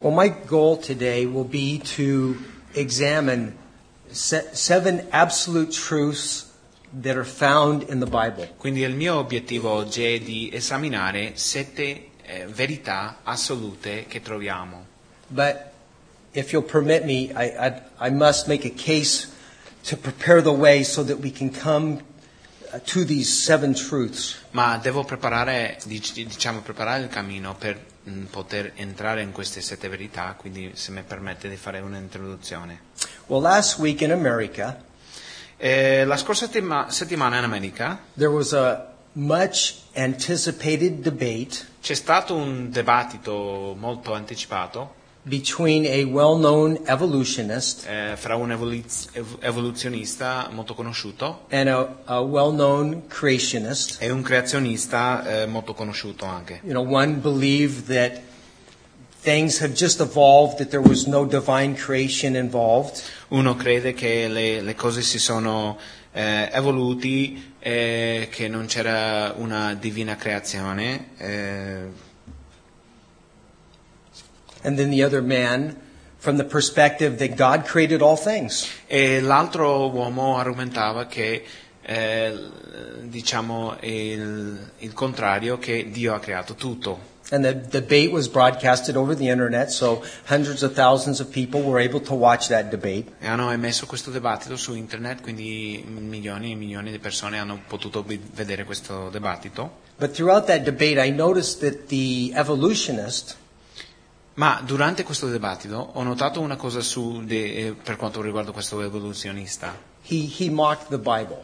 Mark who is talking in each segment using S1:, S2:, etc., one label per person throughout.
S1: Well, my goal today will be to examine se- seven absolute truths that are found in the Bible.
S2: Quindi il mio obiettivo oggi è di esaminare sette eh, verità assolute che troviamo.
S1: But if you'll permit me, I, I, I must make a case to prepare the way so that we can come uh, to these seven truths.
S2: Ma devo preparare, dic- diciamo, preparare il cammino per mm, poter entrare in queste sette verità, quindi se mi permette di fare un'introduzione.
S1: Well, last week in America,
S2: Eh, la scorsa tema- settimana in America
S1: there was a much anticipated debate
S2: c'è stato un dibattito molto anticipato
S1: between a well-known evolutionist
S2: eh, fra un evoliz- ev- evoluzionista molto conosciuto
S1: and a, a well-known creationist.
S2: e un creazionista eh, molto conosciuto anche.
S1: You know, one believed that things have just evolved, that there was no divine creation involved.
S2: Uno crede che le, le cose si sono eh, evoluti, eh, che non c'era una divina creazione, eh,
S1: And then the other man, from the perspective that God created all things.
S2: e l'altro uomo argomentava che eh, l- diciamo il, il contrario, che Dio ha creato tutto.
S1: And the debate was broadcasted over the internet, so hundreds of thousands of people were able to watch that debate.
S2: E hanno emesso questo dibattito su internet, quindi milioni e milioni di persone hanno potuto vi- vedere questo dibattito.
S1: But throughout that debate, I noticed that the evolutionist
S2: Ma durante questo dibattito ho notato una cosa su de- eh, per quanto riguarda questo evoluzionista.
S1: he, he mocked the Bible,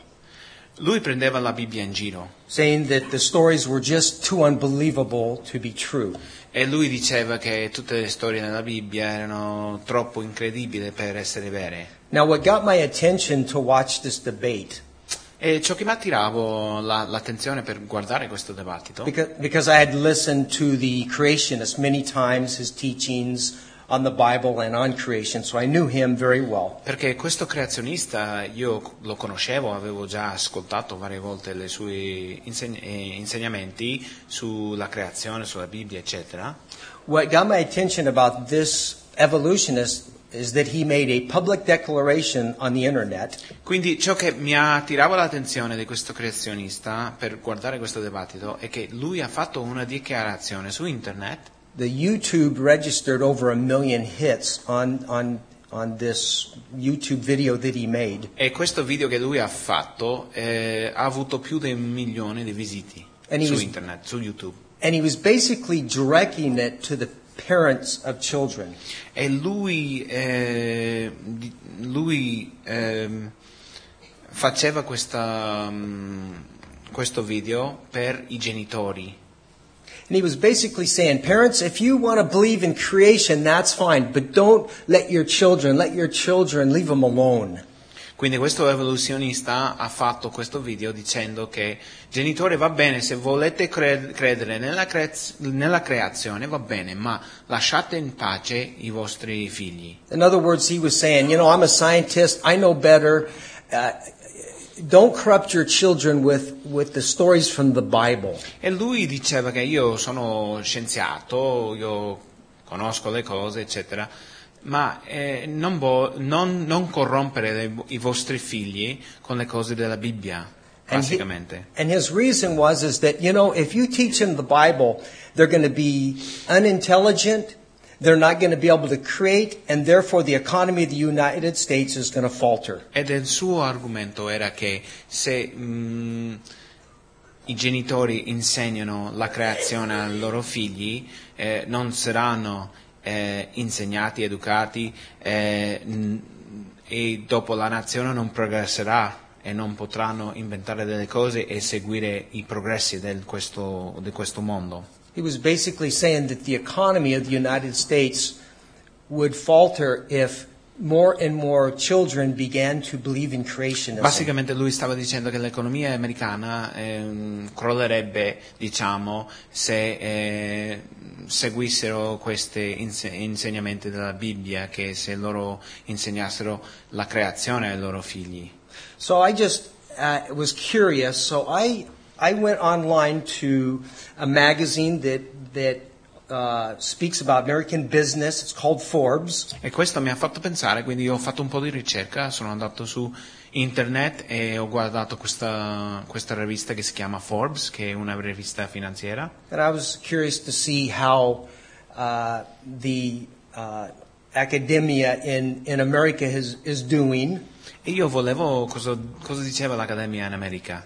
S2: Lui prendeva la Bibbia in giro
S1: saying that the stories were just too unbelievable to be true.
S2: e lui diceva che tutte le storie nella Bibbia erano troppo incredibili per essere vere.
S1: Now, what got my attention to watch this debate
S2: E ciò che mi attirava la- l'attenzione per guardare questo dibattito
S1: Because, because I had listened to the creationist many times, his teachings on the Bible and on creation, so I knew him very well.
S2: perché questo creazionista io lo conoscevo, avevo già ascoltato varie volte i suoi inseg- eh, insegnamenti sulla creazione, sulla Bibbia, eccetera.
S1: What got my attention about this evolutionist is that he made a public declaration on the internet
S2: Quindi ciò che mi attirava l'attenzione di questo creazionista per guardare questo dibattito è che lui ha fatto una dichiarazione su internet
S1: The YouTube registered over a million hits on, on, on this YouTube video that he made.
S2: e questo video che lui ha fatto eh, ha avuto più di un milione di visiti
S1: And he
S2: su
S1: was-
S2: internet, su YouTube.
S1: And he was basically directing it to the parents of children.
S2: E lui, eh, di- lui, ehm, faceva questa, mm, questo video per i genitori
S1: And he was basically saying, parents, if you want to believe in creation, that's fine, but don't let your children, let your children leave them alone.
S2: Quindi questo evoluzionista ha fatto questo video dicendo che genitore va bene, se volete cre- credere nella, creaz- nella creazione va bene, ma lasciate in pace i vostri figli.
S1: In other words, he was saying, you know, I'm a scientist, I know better. Uh, don't corrupt your children with, with the stories from the Bible.
S2: E lui diceva che io sono scienziato, io conosco le cose, eccetera, ma eh, non, vo- non- non corrompere le- i vostri figli con le cose della Bibbia,
S1: And he-
S2: basicamente.
S1: and his reason was is that, you know, if you teach them the Bible, they're going to be unintelligent, they're not going to be able to create, and therefore the economy of the United States is going to falter.
S2: Ed il suo argomento era che se mm, i genitori insegnano la creazione ai loro figli, eh, non saranno eh, insegnati, educati eh, n- e dopo la nazione non progresserà e non potranno inventare delle cose e seguire i progressi del questo- di questo mondo.
S1: He was basically saying that the economy of the United States would falter if more and more children began to believe in creationism.
S2: Basicamente lui stava dicendo che l'economia americana ehm, crollerebbe, diciamo, se eh, seguissero questi inse- insegnamenti della Bibbia, che se loro insegnassero la creazione ai loro figli.
S1: So I just uh, was curious. So I I went online to a magazine that that uh, speaks about American business. It's called Forbes.
S2: E questo mi ha fatto pensare, quindi ho fatto un po' di ricerca, sono andato su internet e ho guardato questa, questa rivista che si chiama Forbes, che è una rivista finanziaria.
S1: And I was curious to see how uh, the uh, academia in, in America is, is doing.
S2: E io volevo cosa, cosa diceva l'Accademia in America.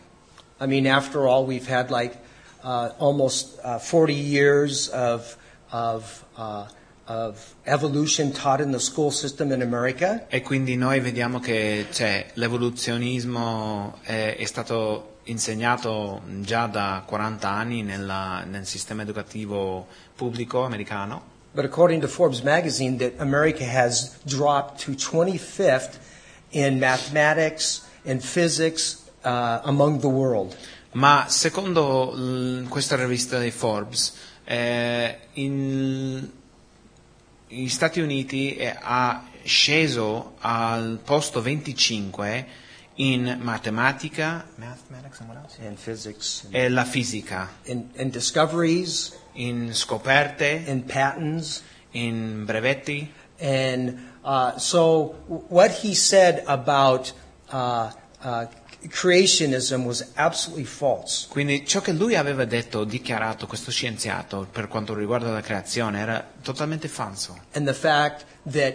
S1: I mean, after all, we've had like uh, almost uh, 40 years of, of, uh, of evolution taught in the school system in America.
S2: E quindi noi vediamo che c'è l'evoluzionismo eh, è stato insegnato già da 40 anni nella- nel sistema educativo pubblico americano.
S1: But according to Forbes magazine, that America has dropped to 25th in mathematics and physics uh, among the world.
S2: Ma secondo l- questa rivista di Forbes, eh, in- gli Stati Uniti eh, ha sceso al posto 25 in matematica mathematics and what else?
S1: And physics.
S2: e la fisica,
S1: And, and discoveries,
S2: in scoperte,
S1: and patents.
S2: in brevetti.
S1: And uh, so what he said about uh, uh, creationism was absolutely false.
S2: Quindi ciò che lui aveva detto, dichiarato, questo scienziato, per quanto riguarda la creazione, era totalmente falso.
S1: And the fact that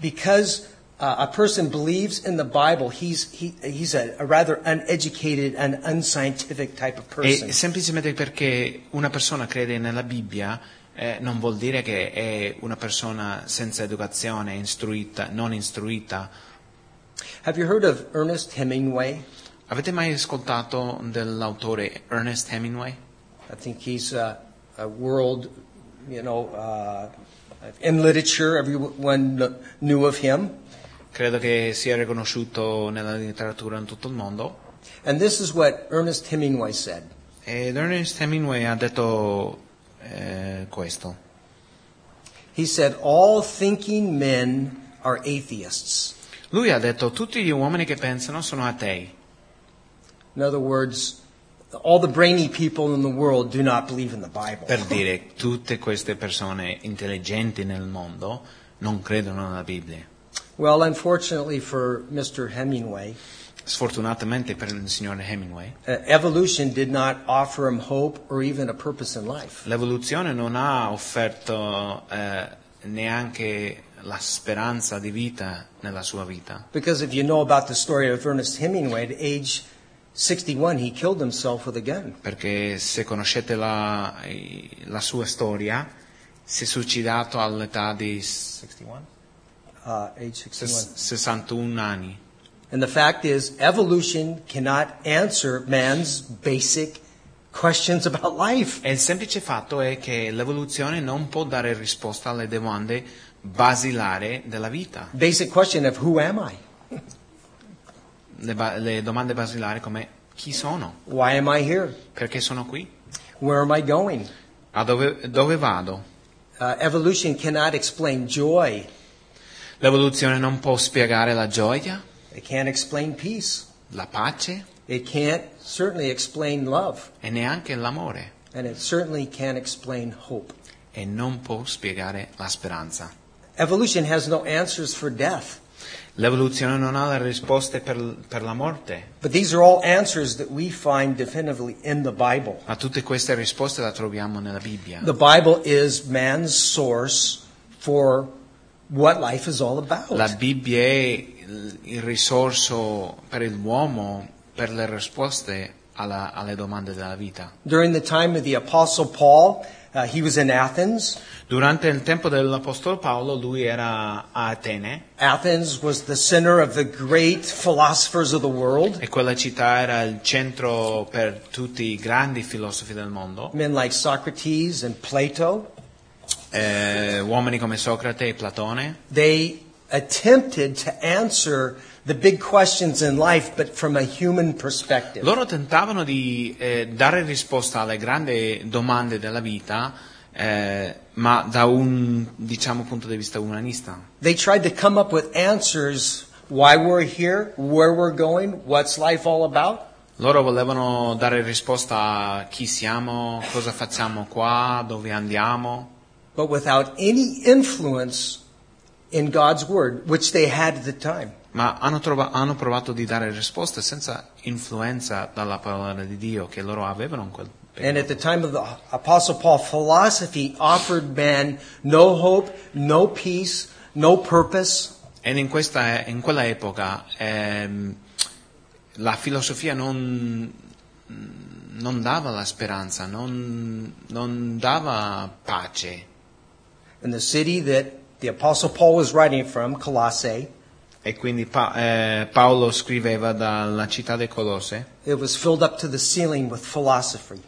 S1: because uh, a person believes in the Bible, he's, he, he's a, a rather uneducated and unscientific type of person.
S2: E semplicemente perché una persona crede nella Bibbia eh, non vuol dire che è una persona senza educazione, istruita, non istruita.
S1: Have you heard of Ernest Hemingway?
S2: Avete mai ascoltato dell'autore Ernest Hemingway?
S1: I think he's a, a world, you know, uh, in literature, everyone kn- knew of him.
S2: Credo che sia riconosciuto nella letteratura in tutto il mondo.
S1: And this is what Ernest Hemingway said.
S2: Ed Ernest Hemingway ha detto eh, questo.
S1: He said, All thinking men are atheists.
S2: Lui ha detto tutti gli uomini che pensano sono atei.
S1: In other words, all the brainy people in the world do not believe in the Bible.
S2: Per dire tutte queste persone intelligenti nel mondo non credono nella Bibbia.
S1: Well, unfortunately for Mr. Hemingway,
S2: Sfortunatamente per il signor Hemingway,
S1: uh, evolution did not offer him hope or even a purpose in life.
S2: l'evoluzione non ha offerto eh, neanche la speranza di vita nella sua vita.
S1: Because if you know about the story of Ernest Hemingway, at age 61, he killed himself with a gun.
S2: Perché se conoscete la, la sua storia, si è suicidato all'età di 61?
S1: Uh, age 61.
S2: 61 anni.
S1: And the fact is, evolution cannot answer man's basic questions about life.
S2: E il semplice fatto è che l'evoluzione non può dare risposta alle domande basilari della vita.
S1: Basic question of who am I?
S2: Le, ba- le domande basilari come chi sono?
S1: Why am I here?
S2: Perché sono qui?
S1: Where am I going?
S2: A dove, dove vado?
S1: Uh, evolution cannot explain joy.
S2: L'evoluzione non può spiegare la gioia,
S1: It can't explain peace.
S2: la pace
S1: It can't certainly explain love.
S2: e neanche l'amore.
S1: And it certainly can't explain hope.
S2: E non può spiegare la speranza.
S1: Evolution has no answers for death.
S2: L'evoluzione non ha le risposte per, per la morte,
S1: But these are all answers that we find definitively in the Bible.
S2: ma tutte queste risposte le troviamo nella Bibbia.
S1: The Bible is man's source for what life is all about.
S2: La Bibbia è il il risorso per l'uomo per le risposte alla- alle domande della vita.
S1: During the time of the Apostle Paul, uh, he was in Athens.
S2: Durante il tempo dell'Apostolo Paolo lui era a Atene
S1: Athens was the center of the great philosophers of the world.
S2: e quella città era il centro per tutti i grandi filosofi del mondo,
S1: Men like Socrates and Plato,
S2: eh, uomini come Socrate e Platone,
S1: they attempted to answer the big questions in life, but from a human perspective.
S2: Loro tentavano di eh, dare risposta alle grandi domande della vita, eh, ma da un diciamo, punto di vista umanista.
S1: They tried to come up with answers why we're here, where we're going, what's life all about.
S2: Loro volevano dare risposta a chi siamo, cosa facciamo qua, dove andiamo,
S1: but without any influence in God's Word, which they had at the time.
S2: Ma hanno, trova- hanno provato di dare risposte senza influenza dalla parola di Dio che loro avevano in quel
S1: And
S2: periodo.
S1: at the time of the Apostle Paul, philosophy offered man no hope, no peace, no purpose.
S2: E in, questa, in quella epoca ehm, la filosofia non, non dava la speranza, non, non dava pace.
S1: And the city that the Apostle Paul was writing from, Colossae,
S2: E quindi Pa- eh, Paolo scriveva dalla città di Colosse
S1: it was filled up to the ceiling with philosophy.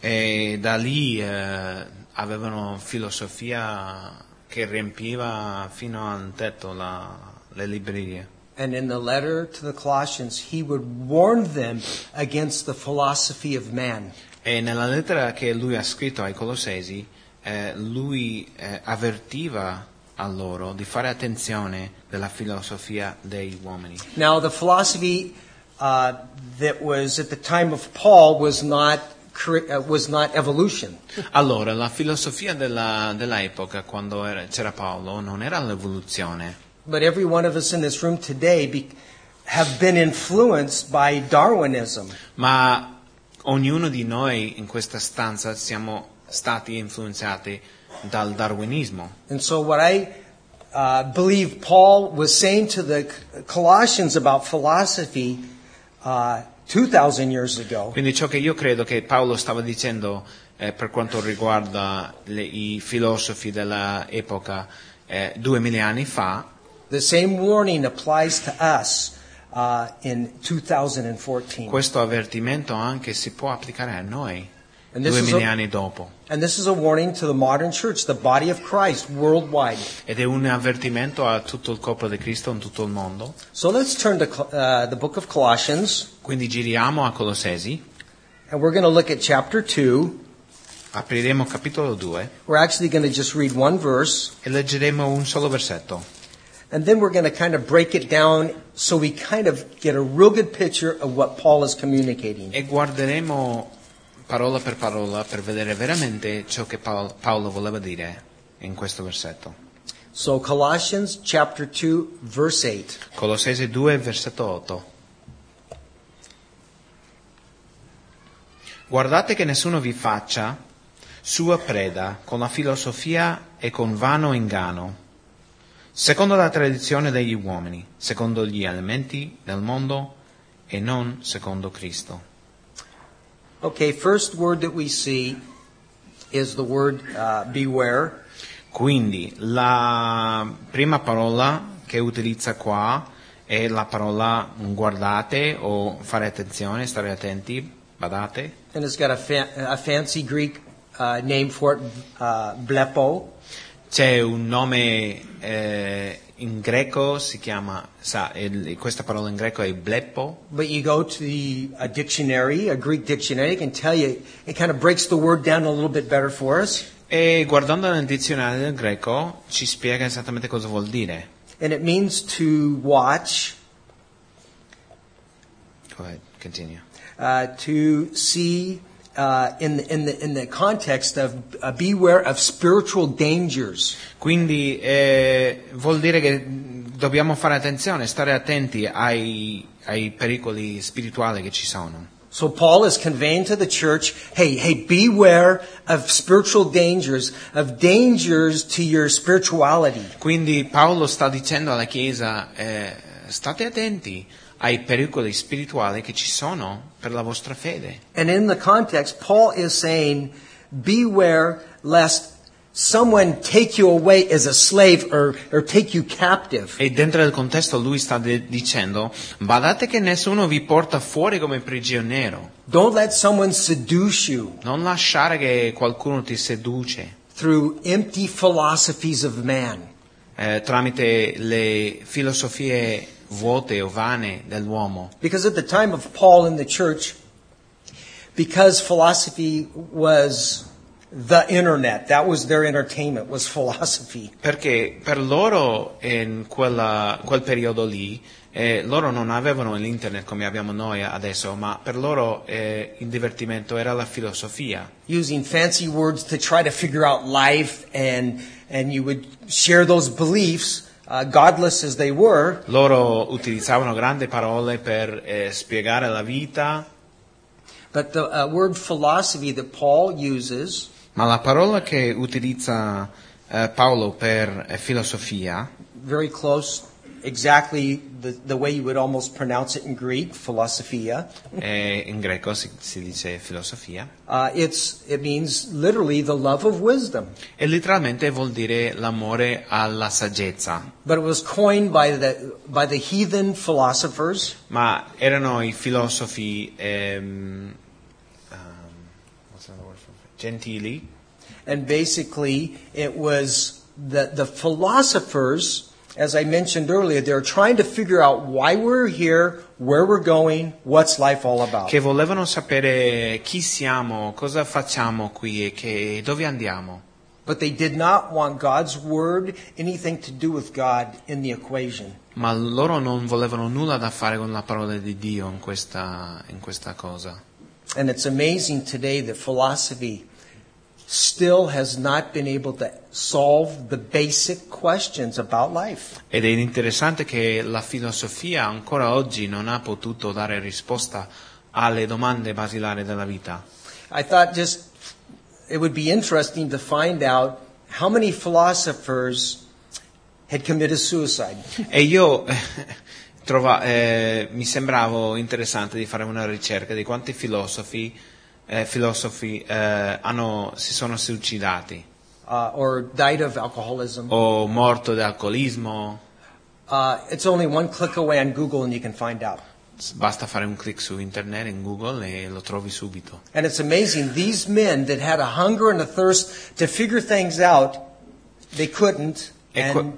S2: e da lì eh, avevano filosofia che riempiva fino al tetto la- le librerie.
S1: And in the letter to the Colossians, he would warn them against the philosophy of man.
S2: E nella lettera che lui ha scritto ai Colossesi, eh, lui eh, avvertiva a loro di fare attenzione della filosofia degli uomini.
S1: Now, the philosophy uh, that was at the time of Paul was not cre- uh, was not evolution.
S2: Allora, la filosofia della, dell'epoca, quando era- c'era Paolo, non era l'evoluzione,
S1: But every one of us in this room today be, have been influenced by Darwinism.
S2: ma ognuno di noi in questa stanza siamo stati influenzati dal darwinismo.
S1: And so, what I uh, believe Paul was saying to the Colossians about philosophy uh, 2,000 years ago
S2: Quindi ciò che io credo che Paolo stava dicendo eh, per quanto riguarda le- i filosofi dell'epoca eh, duemila anni fa,
S1: The same warning applies to us uh, in 2014.
S2: questo avvertimento anche si può applicare a noi
S1: And this, is
S2: duemila
S1: a,
S2: anni dopo.
S1: and this is a warning to the modern church, the body of Christ worldwide.
S2: Ed è un avvertimento a tutto il corpo di Cristo in tutto il mondo.
S1: So let's turn to Col- uh, the book of Colossians,
S2: Quindi giriamo a Colossesi,
S1: and we're going to look at chapter 2.
S2: apriremo capitolo 2
S1: We're actually going to just read one verse,
S2: e leggeremo un solo versetto.
S1: and then we're going to kind of break it down so we kind of get a real good picture of what Paul is communicating.
S2: E guarderemo parola per parola per vedere veramente ciò che Paol- Paolo voleva dire in questo versetto.
S1: So Colossians chapter 2, verse 8.
S2: Colossesi 2, versetto 8. Guardate che nessuno vi faccia sua preda con la filosofia e con vano inganno, secondo la tradizione degli uomini, secondo gli elementi del mondo e non secondo Cristo.
S1: Okay, first word that we see is the word uh, beware.
S2: Quindi la prima parola che utilizza qua è la parola guardate o fare attenzione, stare attenti, badate.
S1: And it's got a, fa- a fancy Greek uh, name for it, uh, blepo.
S2: C'è un nome eh, in greco, si chiama, sa, il- questa parola in greco è bleppo,
S1: But you go to the, a dictionary, a Greek dictionary, it can tell you, it kind of breaks the word down a little bit better for us.
S2: e guardando nel dizionario del greco ci spiega esattamente cosa vuol dire.
S1: And it means to watch,
S2: Go ahead, continue.
S1: uh, to see uh, in, the, in, the, in the context of uh, beware of spiritual dangers.
S2: Quindi eh, vuol dire che dobbiamo fare attenzione, stare attenti ai, ai pericoli spirituali che ci sono.
S1: So Paul is conveying to the church, hey, hey, beware of spiritual dangers, of dangers to your spirituality.
S2: Quindi Paolo sta dicendo alla Chiesa eh, state attenti ai pericoli spirituali che ci sono per la vostra fede.
S1: And in the context, Paul is saying, beware lest someone take you away as a slave or, or take you captive.
S2: E dentro il contesto lui sta de- dicendo badate che nessuno vi porta fuori come prigioniero,
S1: Don't let someone seduce you
S2: non lasciare che qualcuno ti seduce
S1: through empty philosophies of man.
S2: eh, tramite le filosofie vuote o vane dell'uomo.
S1: Because at the time of Paul in the church, because philosophy was the internet. That was their entertainment, was philosophy.
S2: Perché per loro in quella- quel periodo lì, eh, loro non avevano l'internet come abbiamo noi adesso, ma per loro eh, il divertimento era la filosofia.
S1: using fancy words to try to figure out life, and and you would share those beliefs, uh, godless as they were.
S2: Loro utilizzavano grandi parole per eh, spiegare la vita,
S1: But the uh, word philosophy that Paul uses
S2: ma la parola che utilizza eh, Paolo per eh, filosofia
S1: very close, exactly the, the way you would almost pronounce it in Greek, philosophia.
S2: eh, in greco si, si dice filosofia,
S1: Uh, it's it means literally the love of wisdom.
S2: e letteralmente vuol dire l'amore alla saggezza.
S1: But it was coined by the by the heathen philosophers.
S2: Ma erano i filosofi ehm, um, what's another word for it? gentili
S1: And basically, it was the, the philosophers, as I mentioned earlier, they're trying to figure out why we're here, where we're going, what's life all about.
S2: che volevano sapere chi siamo, cosa facciamo qui e che- dove andiamo.
S1: But they did not want God's word, anything to do with God in the equation.
S2: Ma loro non volevano nulla da fare con la parola di Dio in questa, in questa cosa.
S1: And it's amazing today that philosophy still has not been able to solve the basic questions about life.
S2: Ed è interessante che la filosofia ancora oggi non ha potuto dare risposta alle domande basilari della vita.
S1: I thought just it would be interesting to find out how many philosophers had committed suicide.
S2: E io eh, trova- eh, mi sembrava interessante di fare una ricerca di quanti filosofi, eh, filosofi, eh, hanno- si sono suicidati
S1: Uh, or died of alcoholism.
S2: o morto di alcolismo.
S1: Uh, it's only one click away on Google and you can find out.
S2: S- Basta fare un clic su internet, in Google e lo trovi subito.
S1: And it's amazing, these men that had a hunger and a thirst to figure things out, they couldn't.
S2: E
S1: And
S2: que-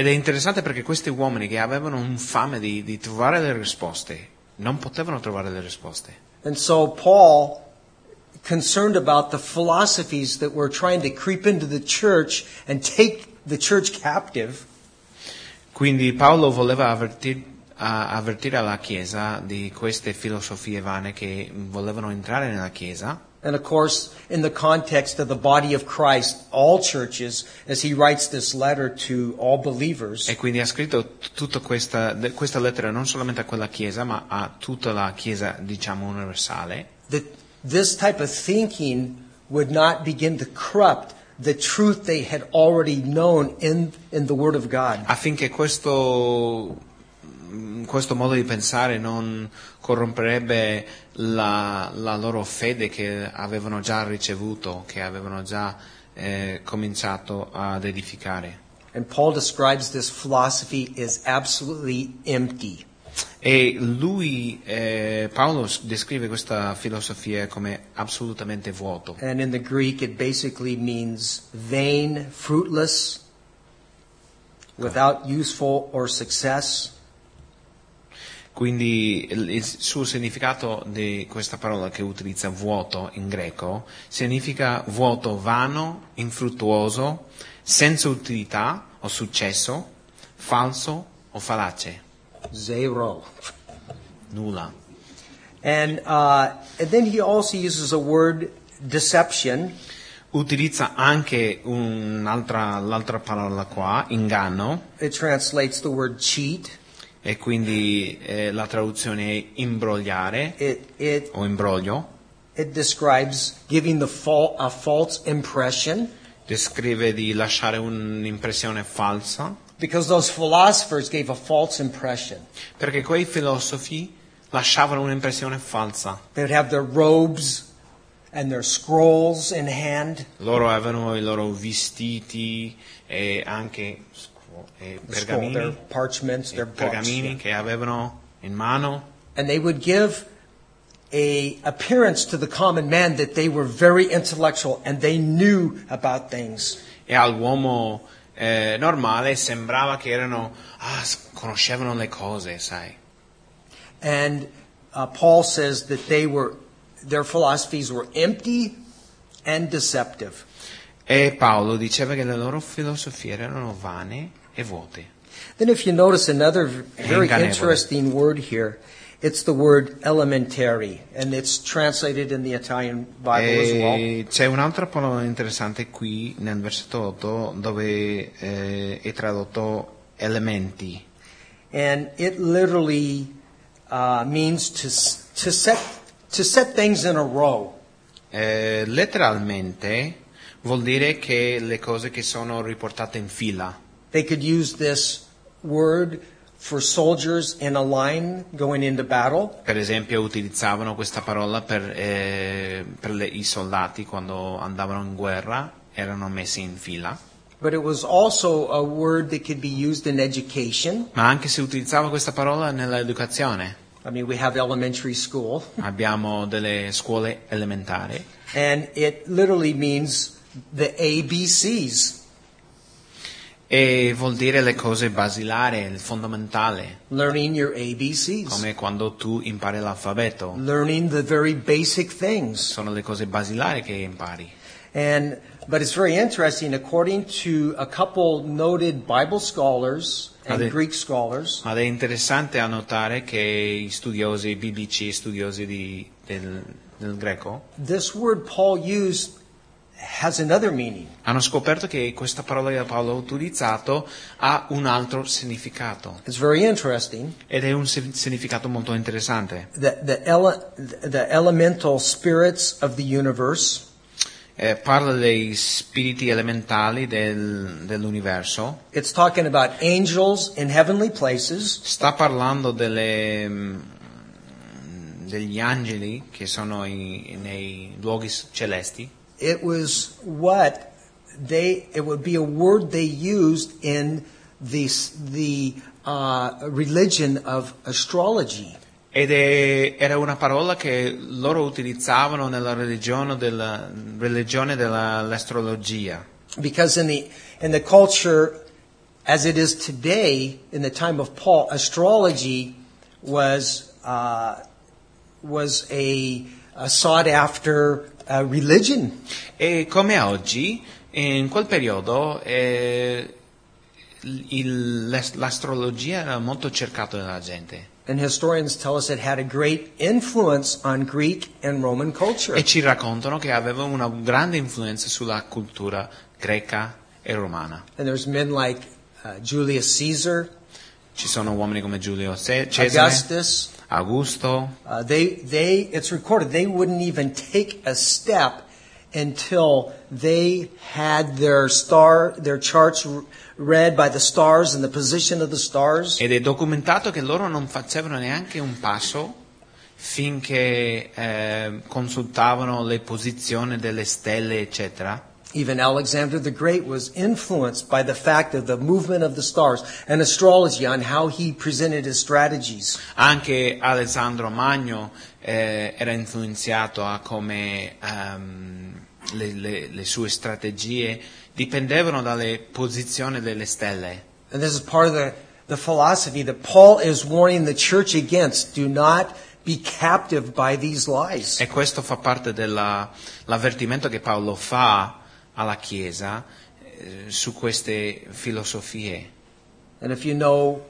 S2: ed è interessante perché questi uomini che avevano un fame di, di trovare le risposte, non potevano trovare le risposte.
S1: And so Paul, concerned about the philosophies that were trying to creep into the church and take the church captive,
S2: Quindi Paolo voleva avvertir- a- avvertire alla Chiesa di queste filosofie vane che volevano entrare nella Chiesa
S1: And of course, in the context of the body of Christ, all churches, as he writes this letter to all believers,
S2: e quindi ha scritto t- tutta questa, de- questa lettera non solamente a quella Chiesa ma a tutta la Chiesa diciamo universale
S1: that this type of thinking would not begin to corrupt the truth they had already known in, in the Word of God.
S2: affinché questo, mm, questo modo di pensare non corromperebbe la, la loro fede che avevano già ricevuto, che avevano già eh, cominciato ad edificare.
S1: And Paul describes this philosophy as absolutely empty.
S2: E lui, eh, Paolo, s- descrive questa filosofia come assolutamente vuoto.
S1: And in the Greek, it basically means vain, fruitless, without useful or success.
S2: Quindi il il suo significato di questa parola che utilizza vuoto in greco significa vuoto vano, infruttuoso, senza utilità o successo, falso o fallace,
S1: Zero.
S2: nulla.
S1: And, uh, and then he also uses a word, deception,
S2: Utilizza anche un'altra, l'altra parola qua, inganno,
S1: it translates the word cheat.
S2: e quindi eh, la traduzione è imbrogliare
S1: It, it,
S2: o imbroglio.
S1: it describes giving the fal- a false impression
S2: descrive di lasciare un'impressione falsa,
S1: because those philosophers gave a false impression.
S2: perché quei filosofi lasciavano un'impressione falsa.
S1: They would have their robes and their scrolls in hand,
S2: Loro avevano i loro vestiti e anche scro- e
S1: the scroll, their
S2: pergamini,
S1: parchments, their books.
S2: pergamini che avevano in mano
S1: And they would give a appearance to the common man that they were very intellectual and they knew about things.
S2: e all'uomo eh, normale sembrava che erano, ah, s- conoscevano le cose, sai.
S1: And uh, Paul says that they were, their philosophies were empty, and deceptive.
S2: E Paolo diceva che le loro filosofie erano vane e vuote.
S1: Then, if you notice another very
S2: Inganevole.
S1: interesting word here, it's the word elementary, and it's translated in the Italian Bible as well.
S2: E c'è un'altra parola interessante qui nel versetto 8 dove eh, è tradotto elementi
S1: And it literally uh, means to, s- to, set, to set things in a row.
S2: Eh, letteralmente vuol dire che le cose che sono riportate in fila.
S1: They could use this word for soldiers in a line going into battle.
S2: Per esempio utilizzavano questa parola per, eh, per le- i soldati quando andavano in guerra, erano messi in fila,
S1: But it was also a word that could be used in education.
S2: ma anche si utilizzava questa parola nell'educazione.
S1: I mean, we have elementary school,
S2: Abbiamo delle scuole elementari
S1: and it literally means the ABCs
S2: e vuol dire le cose basilari, il fondamentale,
S1: learning your ABCs,
S2: come quando tu impari l'alfabeto.
S1: learning the very basic things.
S2: Sono le cose basilari che impari.
S1: And, but it's very interesting, according to a couple noted Bible scholars
S2: Are
S1: and
S2: they-
S1: Greek scholars,
S2: Ma è interessante a notare che i studiosi biblici, studiosi di- del- del greco,
S1: this word Paul used has another meaning.
S2: hanno scoperto che questa parola che Paolo ha utilizzato ha un altro significato
S1: It's very interesting.
S2: ed è un si- significato molto interessante.
S1: The, the, ele- the elemental spirits of the universe
S2: Eh, parla dei spiriti elementali del- dell'universo,
S1: It's talking about angels in heavenly places.
S2: sta parlando delle, mm, degli angeli che sono i- nei luoghi s- celesti
S1: It was what they, it would be a word they used in the, the uh, religion of astrology.
S2: ed è- era una parola che loro utilizzavano nella religione della- religione dell'astrologia.
S1: Because in the, in the culture as it is today, in the time of Paul, astrology was, uh, was a, a sought after uh, religion.
S2: E come oggi, in quel periodo, eh, il- l'as- l'astrologia era molto cercata dalla gente.
S1: And historians tell us it had a great influence on Greek and Roman culture.
S2: E ci raccontano che aveva una grande influenza sulla cultura greca e romana.
S1: And there's men like uh, Julius Caesar,
S2: Ci sono uomini come Giulio Ce- Cesare,
S1: Augustus.
S2: Augusto.
S1: Uh, they, they, it's recorded, they wouldn't even take a step until they had their star, their charts r- read by the stars and the position of the stars.
S2: Ed è documentato che loro non facevano neanche un passo finché eh, consultavano le posizioni delle stelle, eccetera.
S1: Even Alexander the Great was influenced by the fact of the movement of the stars and astrology on how he presented his strategies.
S2: Anche Alessandro Magno eh, era influenzato a come ehm, le, le- le sue strategie dipendevano dalle posizioni delle stelle.
S1: And this is part of the, the philosophy that Paul is warning the church against. Do not be captive by these lies.
S2: E questo fa parte dell'avvertimento che Paolo fa alla Chiesa eh, su queste filosofie.
S1: And if you know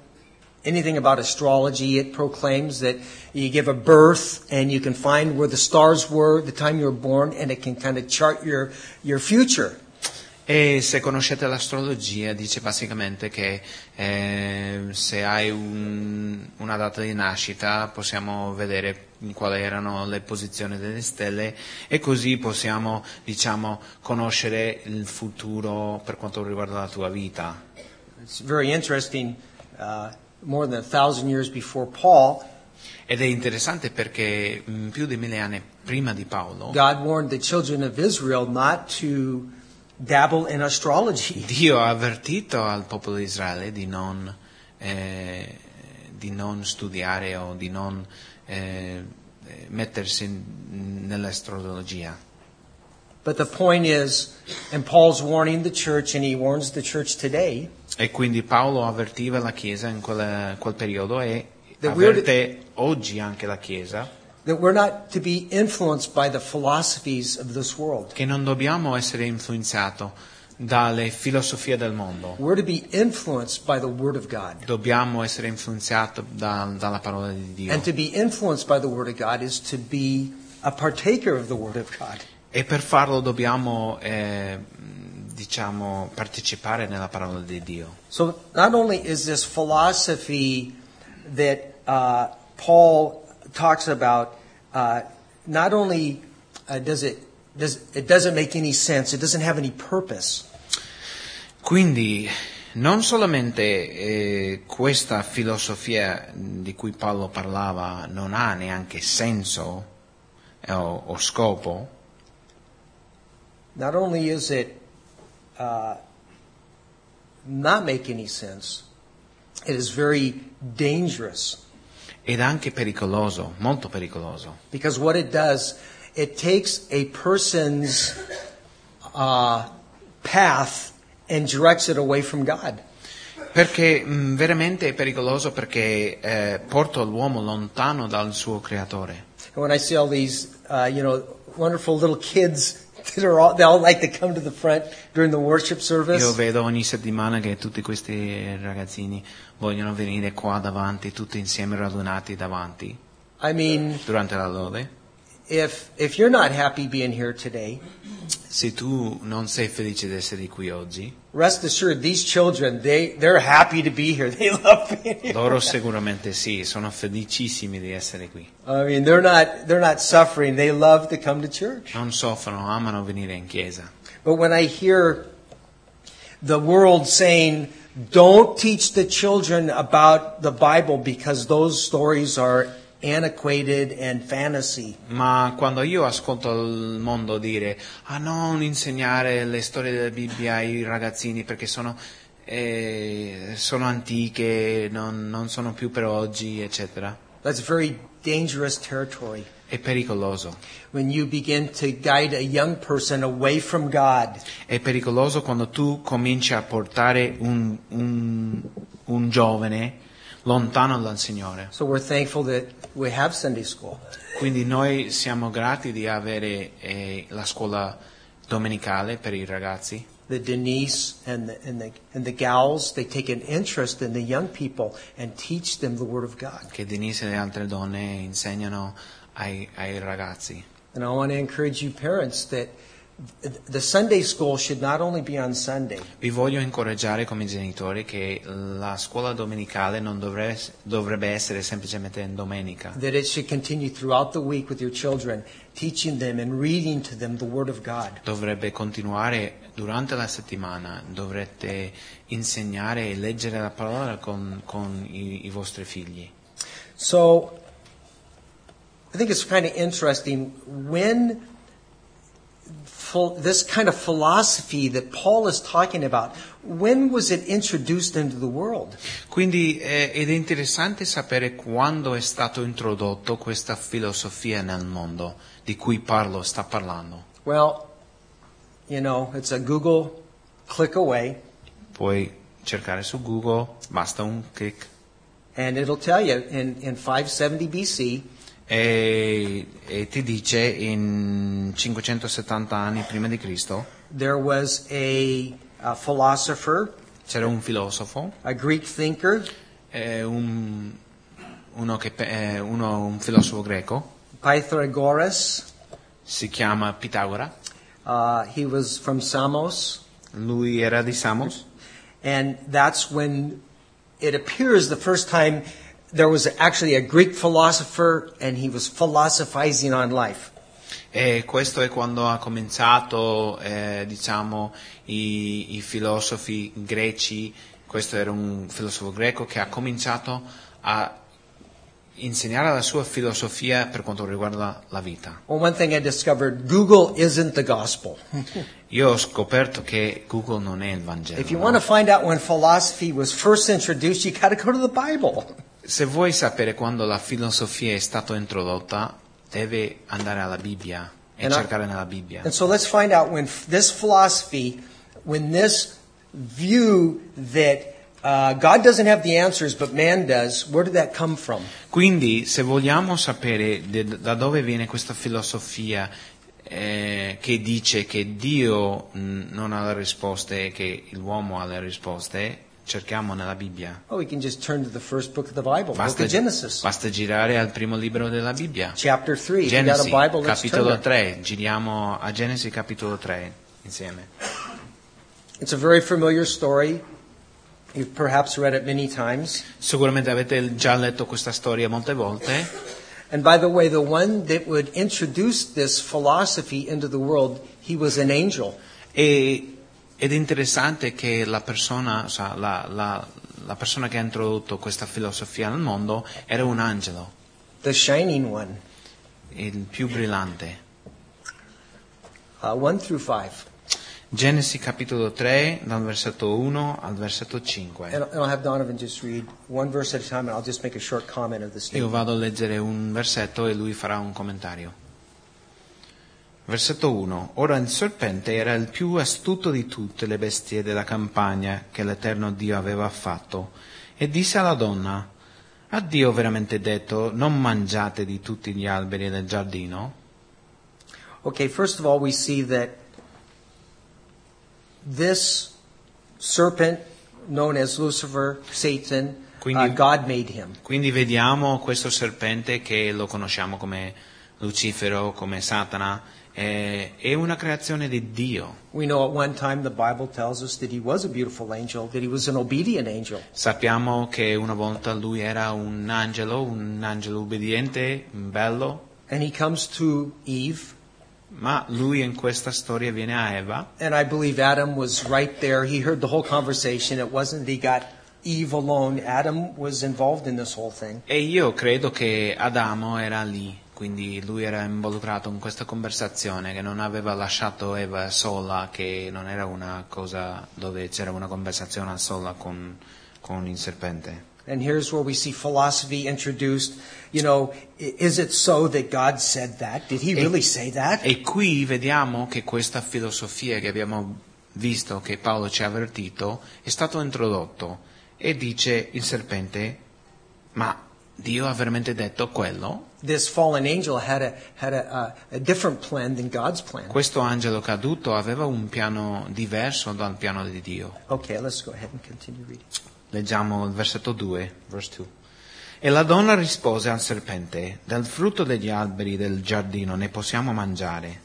S1: anything about astrology, it proclaims that you give a birth and you can find where the stars were, the time you were born, and it can kind of chart your, your future.
S2: E se conoscete l'astrologia dice basicamente che eh, se hai un- una data di nascita possiamo vedere quali erano le posizioni delle stelle e così possiamo diciamo, conoscere il futuro per quanto riguarda la tua vita.
S1: It's very interesting. Uh, more than a thousand years before Paul,
S2: Ed è interessante perché mh, più di mille anni prima di Paolo
S1: God warned the children of Israel not to dabble in astrology.
S2: Dio ha avvertito al popolo di Israele di non, eh, di non studiare o di non eh, eh, mettersi in- nell'astrologia.
S1: But the point is, and Paul's warning the church, and he warns the church today,
S2: E quindi Paolo avvertiva la Chiesa in quella- quel periodo e
S1: The weird-
S2: avverte oggi anche la Chiesa
S1: That we're not to be influenced by the philosophies of this world.
S2: che non dobbiamo essere influenzati dalle filosofie del mondo,
S1: We're to be influenced by the Word of God.
S2: dobbiamo essere influenzati da- dalla parola di Dio.
S1: And to be influenced by the Word of God is to be a partaker of the Word of God.
S2: E per farlo dobbiamo, eh, diciamo, partecipare nella parola di Dio.
S1: So not only is this philosophy that uh, Paul talks about, uh, not only uh, does it does it doesn't make any sense, it doesn't have any purpose,
S2: Quindi non solamente eh, questa filosofia di cui Paolo parlava non ha neanche senso eh, o, o scopo,
S1: not only is it uh, not make any sense, it is very dangerous
S2: ed anche pericoloso, molto pericoloso,
S1: because what it does, it takes a person's uh, path and directs it away from God.
S2: perché mh, veramente è pericoloso perché eh, porta l'uomo lontano dal suo creatore.
S1: And when I see all these, uh, you know, wonderful little kids that are all, they all like to come to the front during the worship service.
S2: Io vedo ogni settimana che tutti questi ragazzini vogliono venire qua davanti, tutti insieme radunati davanti,
S1: I mean,
S2: durante la lode.
S1: if, if you're not happy being here today,
S2: Se tu non sei felice di essere qui oggi,
S1: rest assured these children, they, they're happy to be here. They love being here.
S2: loro sicuramente sì, sono felicissimi di essere qui.
S1: I mean, they're not, they're not suffering. They love to come to church.
S2: Non soffrono, amano venire in chiesa.
S1: But when I hear the world saying, don't teach the children about the Bible because those stories are antiquated and fantasy.
S2: Ma quando io ascolto il mondo dire ah non insegnare le storie della Bibbia ai ragazzini perché sono, eh, sono antiche, non, non sono più per oggi, eccetera,
S1: That's very dangerous territory
S2: è pericoloso.
S1: when you begin to guide a young person away from God.
S2: È pericoloso quando tu cominci a portare un, un- un giovane lontano dal Signore.
S1: So we're thankful that we have Sunday school.
S2: Quindi noi siamo grati di avere eh, la scuola domenicale per i ragazzi.
S1: The Denise and the, and, the, and the gals, they take an interest in the young people and teach them the Word of God.
S2: che Denise e le altre donne insegnano ai, ai ragazzi.
S1: And I want to encourage you parents that th- the Sunday school should not only be on Sunday,
S2: Vi voglio incoraggiare come genitori che la scuola domenicale non dovre- dovrebbe essere semplicemente in domenica,
S1: that it should continue throughout the week with your children, teaching them and reading to them the Word of God.
S2: dovrebbe continuare durante la settimana, dovrete insegnare e leggere la parola con, con i, i vostri figli.
S1: So I think it's kind of interesting when phil- this kind of philosophy that Paul is talking about, when was it introduced into the world?
S2: Quindi eh, ed è interessante sapere quando è stato introdotto questa filosofia nel mondo di cui Paolo sta parlando.
S1: Well, you know, it's a Google click away,
S2: Puoi cercare su Google, basta un clic
S1: and it'll tell you in, in 570 BC,
S2: e, e ti dice in 570 anni prima di Cristo
S1: there was a, a philosopher,
S2: c'era un filosofo,
S1: a Greek thinker
S2: eh, un, uno che pe- eh, uno- un filosofo greco,
S1: Pythagoras.
S2: si chiama Pitagora,
S1: Uh, he was from Samos,
S2: lui era di Samos
S1: and that's when it appears the first time there was actually a Greek philosopher, and he was philosophizing on life.
S2: e questo è quando ha cominciato eh, diciamo i, i filosofi greci, questo era un filosofo greco che ha cominciato a insegnare la sua filosofia per quanto riguarda la vita.
S1: Well, one thing I discovered: Google isn't the gospel.
S2: Io ho scoperto che Google non è il Vangelo.
S1: If you
S2: no?
S1: want to find out when philosophy was first introduced, you got to go to the Bible.
S2: Se vuoi sapere quando la filosofia è stata introdotta, devi andare alla Bibbia e
S1: And I-
S2: cercare nella Bibbia.
S1: And so let's find out when f- this philosophy, when this view that Uh, God doesn't have the answers, but man does. Where did that come from?
S2: Quindi, se vogliamo sapere de- da dove viene questa filosofia eh, che dice che Dio mh, non ha le risposte e che l'uomo ha le risposte, cerchiamo nella Bibbia.
S1: Oh, we can just turn to the first book of the Bible, book
S2: Basta,
S1: of Genesis,
S2: basta girare al primo libro della Bibbia,
S1: chapter 3. If you got
S2: Genesi,
S1: a Bible, let's turn
S2: capitolo
S1: there.
S2: 3. Giriamo a Genesi, capitolo 3, insieme.
S1: It's a very familiar story. You've perhaps read it many times.
S2: Sicuramente avete già letto questa storia molte volte.
S1: And by the way, the one that would introduce this philosophy into the world, he was an angel.
S2: E, ed è interessante che la persona, sa, la, la- la persona che ha introdotto questa filosofia nel mondo era un angelo,
S1: the shining one,
S2: il più brillante.
S1: uh, 1 through 5.
S2: Genesi capitolo 3, dal versetto 1 al versetto
S1: And
S2: 5.
S1: and I'll have Donovan just read one verse at a time, and I'll just make a short comment of the
S2: Io
S1: statement.
S2: vado a leggere un versetto e lui farà un commentario. Versetto 1. Ora il serpente era il più astuto di tutte le bestie della campagna che l'Eterno Dio aveva fatto e disse alla donna, ha Dio veramente detto, non mangiate di tutti gli alberi del giardino?
S1: Okay, first of all, we see that this serpent, known as Lucifer, Satan, uh,
S2: Quindi-
S1: God made him.
S2: Quindi vediamo questo serpente che lo conosciamo come Lucifero, come Satana, eh, è una creazione di Dio.
S1: We know at one time the Bible tells us that he was a beautiful angel, that he was an obedient angel.
S2: Sappiamo che una volta lui era un angelo, un angelo ubbidiente, un bello,
S1: And he comes to Eve,
S2: ma lui in questa storia viene a Eva
S1: and I believe Adam was right there. He heard the whole conversation. It wasn't that he got Eve alone, Adam was involved in this whole thing.
S2: e io credo che Adamo era lì, quindi lui era involucrato in questa conversazione, che non aveva lasciato Eva sola, che non era una cosa dove c'era una conversazione sola con, con il serpente.
S1: And here's where we see philosophy introduced. You know, i- is it so that God said that? Did he really say that?
S2: E qui vediamo che questa filosofia che abbiamo visto, che Paolo ci ha avvertito, è stato introdotto e dice il serpente, ma Dio ha veramente detto quello?
S1: This fallen angel had a had a, uh, a different plan than God's plan.
S2: Questo angelo caduto aveva un piano diverso dal piano di Dio.
S1: Okay, let's go ahead and continue reading.
S2: Leggiamo il versetto 2, verse 2. E la donna rispose al serpente, dal frutto degli alberi del giardino ne possiamo mangiare.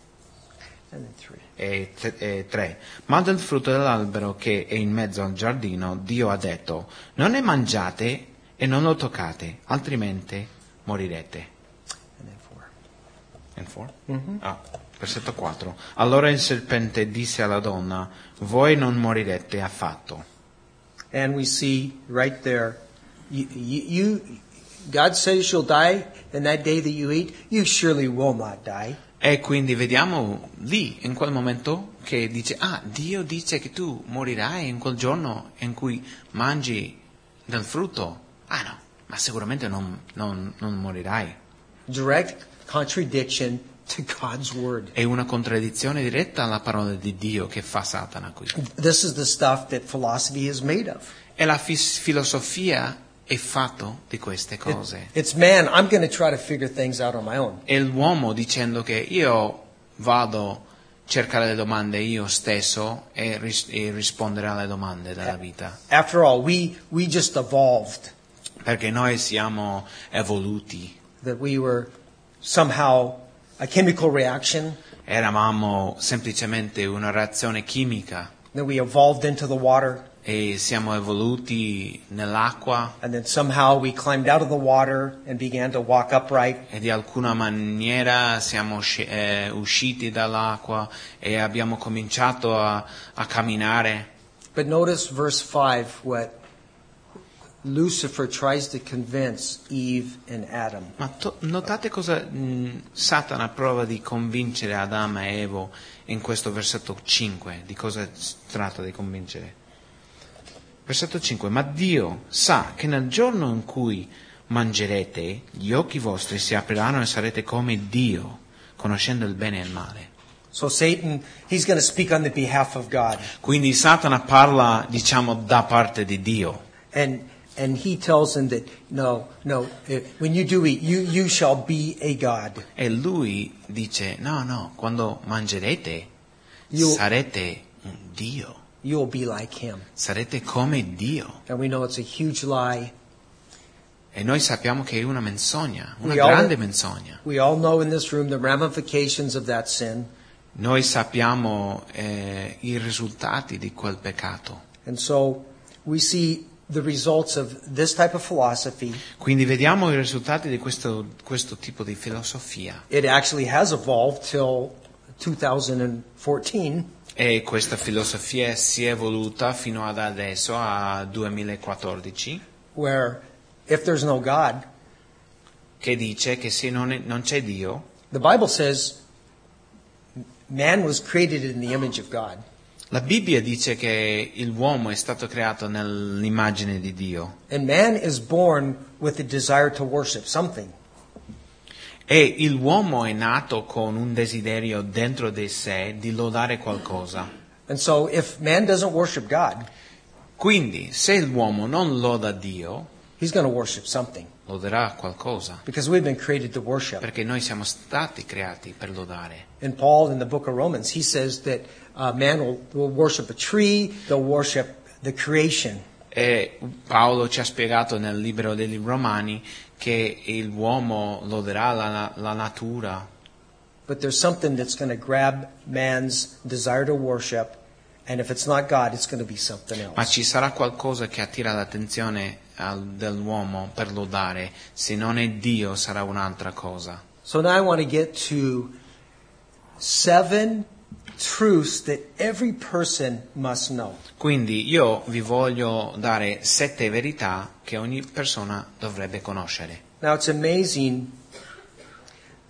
S1: And then three.
S2: e 3. Ma del frutto dell'albero che è in mezzo al giardino, Dio ha detto, non ne mangiate e non lo toccate, altrimenti morirete.
S1: And then four.
S2: And four? Ah, versetto 4. Allora il serpente disse alla donna, voi non morirete affatto.
S1: And we see right there, you, you, you God says you'll die, and that day that you eat, you surely will not die.
S2: E quindi vediamo lì, in quel momento, che dice, ah, Dio dice che tu morirai in quel giorno in cui mangi del frutto. Ah no, ma sicuramente non- non- non morirai.
S1: Direct contradiction to God's word.
S2: È una contraddizione diretta alla parola di Dio che fa Satana qui.
S1: This is the stuff that philosophy is made of.
S2: E la fis- filosofia è fatto di queste
S1: It-
S2: cose.
S1: it's man, I'm going to try to figure things out on my own.
S2: È l'uomo dicendo che io vado a cercare le domande io stesso e, ris- e rispondere alle domande della vita.
S1: After all, we, we just evolved
S2: Perché noi siamo evoluti.
S1: that we were somehow a chemical reaction,
S2: Eravamo semplicemente una reazione chimica
S1: then we evolved into the water,
S2: e siamo evoluti nell'acqua
S1: and then somehow we climbed out of the water and began to walk upright.
S2: e di alcuna maniera siamo usci- eh, usciti dall'acqua e abbiamo cominciato a, a camminare.
S1: But notice verse 5 what Lucifer tries to convince Eve and Adam.
S2: Ma to- notate cosa mh, Satana prova di convincere Adamo e Evo in questo versetto 5, di cosa s- tratta di convincere. Versetto 5, ma Dio sa che nel giorno in cui mangerete, gli occhi vostri si apriranno e sarete come Dio, conoscendo il bene e il male.
S1: So Satan, he's going to speak on the behalf of God.
S2: Quindi Satana parla, diciamo, da parte di Dio.
S1: And, and he tells him that, no, no, eh, when you do eat, you, you shall be a God.
S2: E lui dice, no, no, quando mangerete
S1: Io-
S2: sarete un Dio,
S1: You'll be like him.
S2: sarete come Dio.
S1: And we know it's a huge lie.
S2: E noi sappiamo che è una menzogna, una
S1: We all-
S2: grande menzogna.
S1: We all know in this room the ramifications of that sin.
S2: Noi sappiamo eh, i risultati di quel peccato.
S1: And so we see the results of this type of philosophy.
S2: Quindi vediamo i risultati di questo, questo tipo di filosofia.
S1: It actually has evolved till 2014.
S2: E questa filosofia si è evoluta fino ad adesso, a 2014,
S1: where if there's no God,
S2: che dice che se non, è- non c'è Dio,
S1: the Bible says man was created in the image of God.
S2: la Bibbia dice che il- l'uomo è stato creato nell'immagine di Dio
S1: And man is born with a desire to worship something.
S2: e il- l'uomo è nato con un desiderio dentro di sé di lodare qualcosa.
S1: And so if man doesn't worship God,
S2: Quindi, se l'uomo non loda Dio,
S1: he's going to worship something
S2: loderà qualcosa,
S1: because we've been created to worship.
S2: perché noi siamo stati creati per lodare.
S1: And Paul in the book of Romans, he says that uh, man will, will worship a tree, they'll worship the creation.
S2: E Paolo ci ha spiegato nel libro dei Romani che l'uomo loderà la, la natura,
S1: But there's something that's going to grab man's desire to worship. And if it's not God, it's going to be something else.
S2: ma ci sarà qualcosa che attira l'attenzione al- dell'uomo per lodare, se non è Dio sarà un'altra cosa.
S1: So now I want to get to seven truths that every person must know.
S2: Quindi io vi voglio dare sette verità che ogni persona dovrebbe conoscere.
S1: Now it's amazing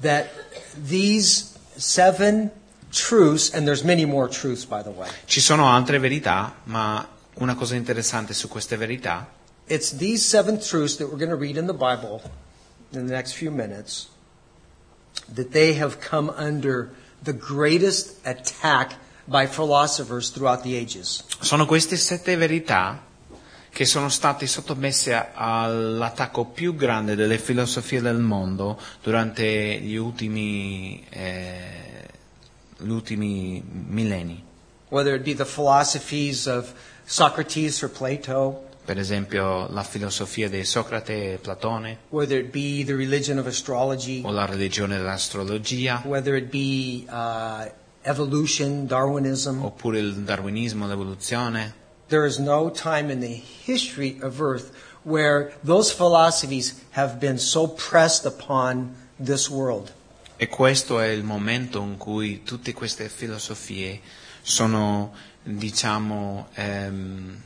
S1: that these seven truths, and there's many more truths, by the way,
S2: Ci sono altre verità, ma una cosa interessante su queste verità
S1: it's these seven truths that we're going to read in the Bible in the next few minutes that they have come under the greatest attack by philosophers throughout the ages.
S2: sono queste sette verità che sono state sottomesse a- all'attacco più grande delle filosofie del mondo durante gli ultimi, eh, gli ultimi millenni.
S1: whether it be the philosophies of Socrates or Plato,
S2: Per esempio la filosofia di Socrate e Platone,
S1: whether it be the religion of astrology,
S2: o la religione dell'astrologia,
S1: whether it be uh, evolution, Darwinism.
S2: oppure il darwinismo, l'evoluzione.
S1: There is no time in the history of Earth where those philosophies have been so pressed upon this world.
S2: E questo è il momento in cui tutte queste filosofie sono, diciamo, ehm,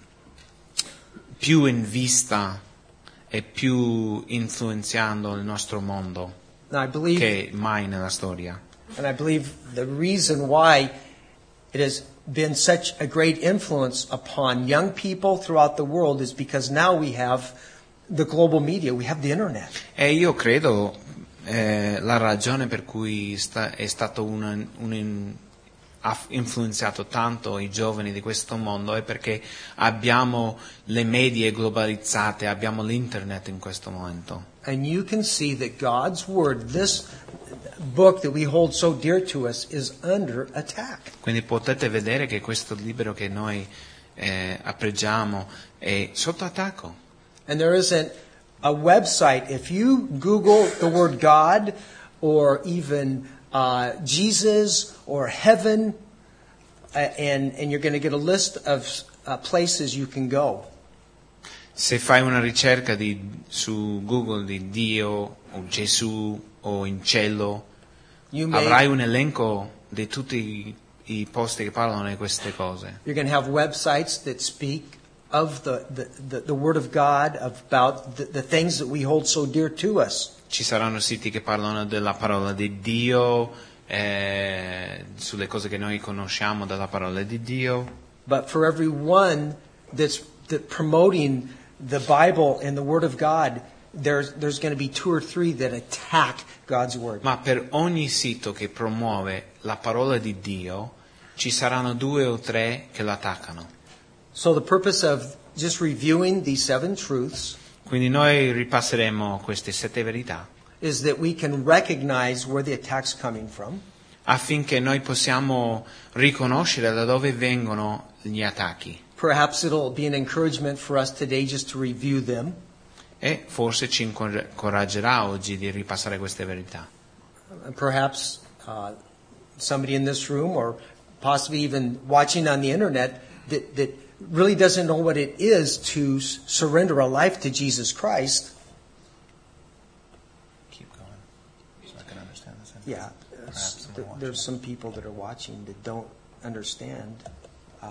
S2: più in vista e più influenzando il nostro mondo
S1: And I believe,
S2: che mai nella storia.
S1: and I believe the reason why it has been such a great influence upon young people throughout the world is because now we have the global media, we have the internet.
S2: E io credo eh, la ragione per cui sta- è stato un, un in- ha influenzato tanto i giovani di questo mondo è perché abbiamo le medie globalizzate, abbiamo l'internet in questo momento.
S1: And you can see that God's Word, this book that we hold so dear to us, is under attack.
S2: Quindi potete vedere che questo libro che noi eh, appregiamo è sotto attacco.
S1: And there isn't a website. If you Google the word God or even uh, Jesus or heaven, uh, and, and you're going to get a list of uh, places you can go.
S2: Se fai una ricerca di- su Google di Dio o Gesù o in cielo,
S1: You may,
S2: avrai un elenco di tutti i, i posti che parlano di queste cose.
S1: you're going to have websites that speak of the, the, the, the Word of God, about the, the things that we hold so dear to us.
S2: Ci saranno siti che parlano della parola di Dio, eh, sulle cose che noi conosciamo dalla parola di Dio.
S1: But for every one that's that promoting the Bible and the Word of God, there's there's going to be two or three that attack God's Word.
S2: Ma per ogni sito che promuove la parola di Dio ci saranno due o tre che lo attaccano.
S1: So the purpose of just reviewing these seven truths,
S2: Quindi noi ripasseremo queste sette verità
S1: is that we can recognize where the attack's coming from.
S2: affinché noi possiamo riconoscere da dove vengono gli attacchi
S1: Perhaps it'll be an encouragement for us today just to review them.
S2: e forse ci incor- incoraggerà oggi di ripassare queste verità.
S1: Perhaps uh, somebody in this room or possibly even watching on the internet that, that really doesn't know what it is to s- surrender a life to Jesus Christ. Yeah,
S2: Perhaps someone
S1: th-
S2: watching.
S1: there's some people that are watching that don't understand, uh,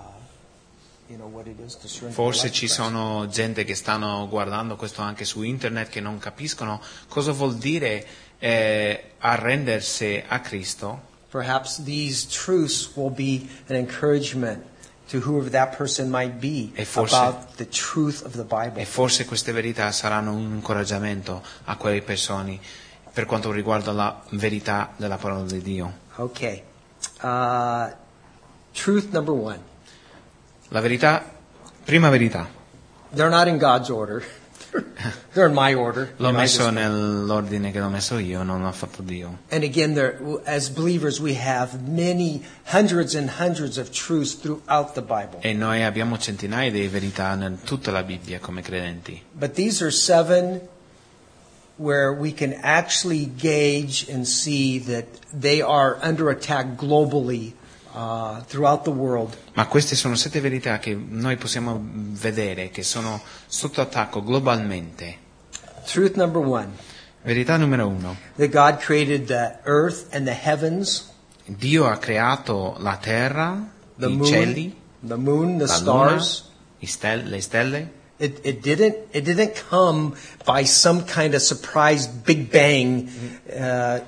S1: you know, what it is to surrender. a life
S2: Forse
S1: to
S2: ci
S1: Christ.
S2: sono gente che stanno guardando questo anche su internet che non capiscono cosa vuol dire eh, arrendersi a Cristo
S1: Perhaps these truths will be an encouragement to whoever that person might be
S2: E forse-
S1: about the truth of the Bible.
S2: e forse queste verità saranno un incoraggiamento a quelle persone per quanto riguarda la verità della parola di Dio.
S1: Okay. Uh, truth number one
S2: La verità, prima verità,
S1: they're not in God's order, they're in my order.
S2: l'ho
S1: You know, I
S2: messo
S1: just-
S2: nell'ordine che l'ho messo io, non l'ha fatto Dio.
S1: And again, there, as believers, we have many hundreds and hundreds of truths throughout the Bible.
S2: E noi abbiamo centinaia di verità in tutta la Bibbia come credenti.
S1: But these are seven where we can actually gauge and see that they are under attack globally uh, throughout the world.
S2: Ma queste sono sette verità che noi possiamo vedere che sono sotto attacco globalmente.
S1: Truth number one
S2: Verità numero uno.
S1: that God created the earth and the heavens,
S2: Dio ha creato la terra,
S1: the
S2: i
S1: moon,
S2: cieli,
S1: the moon, the
S2: la luna,
S1: stars.
S2: i stel- le stelle.
S1: It, it didn't. It didn't come by some kind of surprise Big Bang, uh,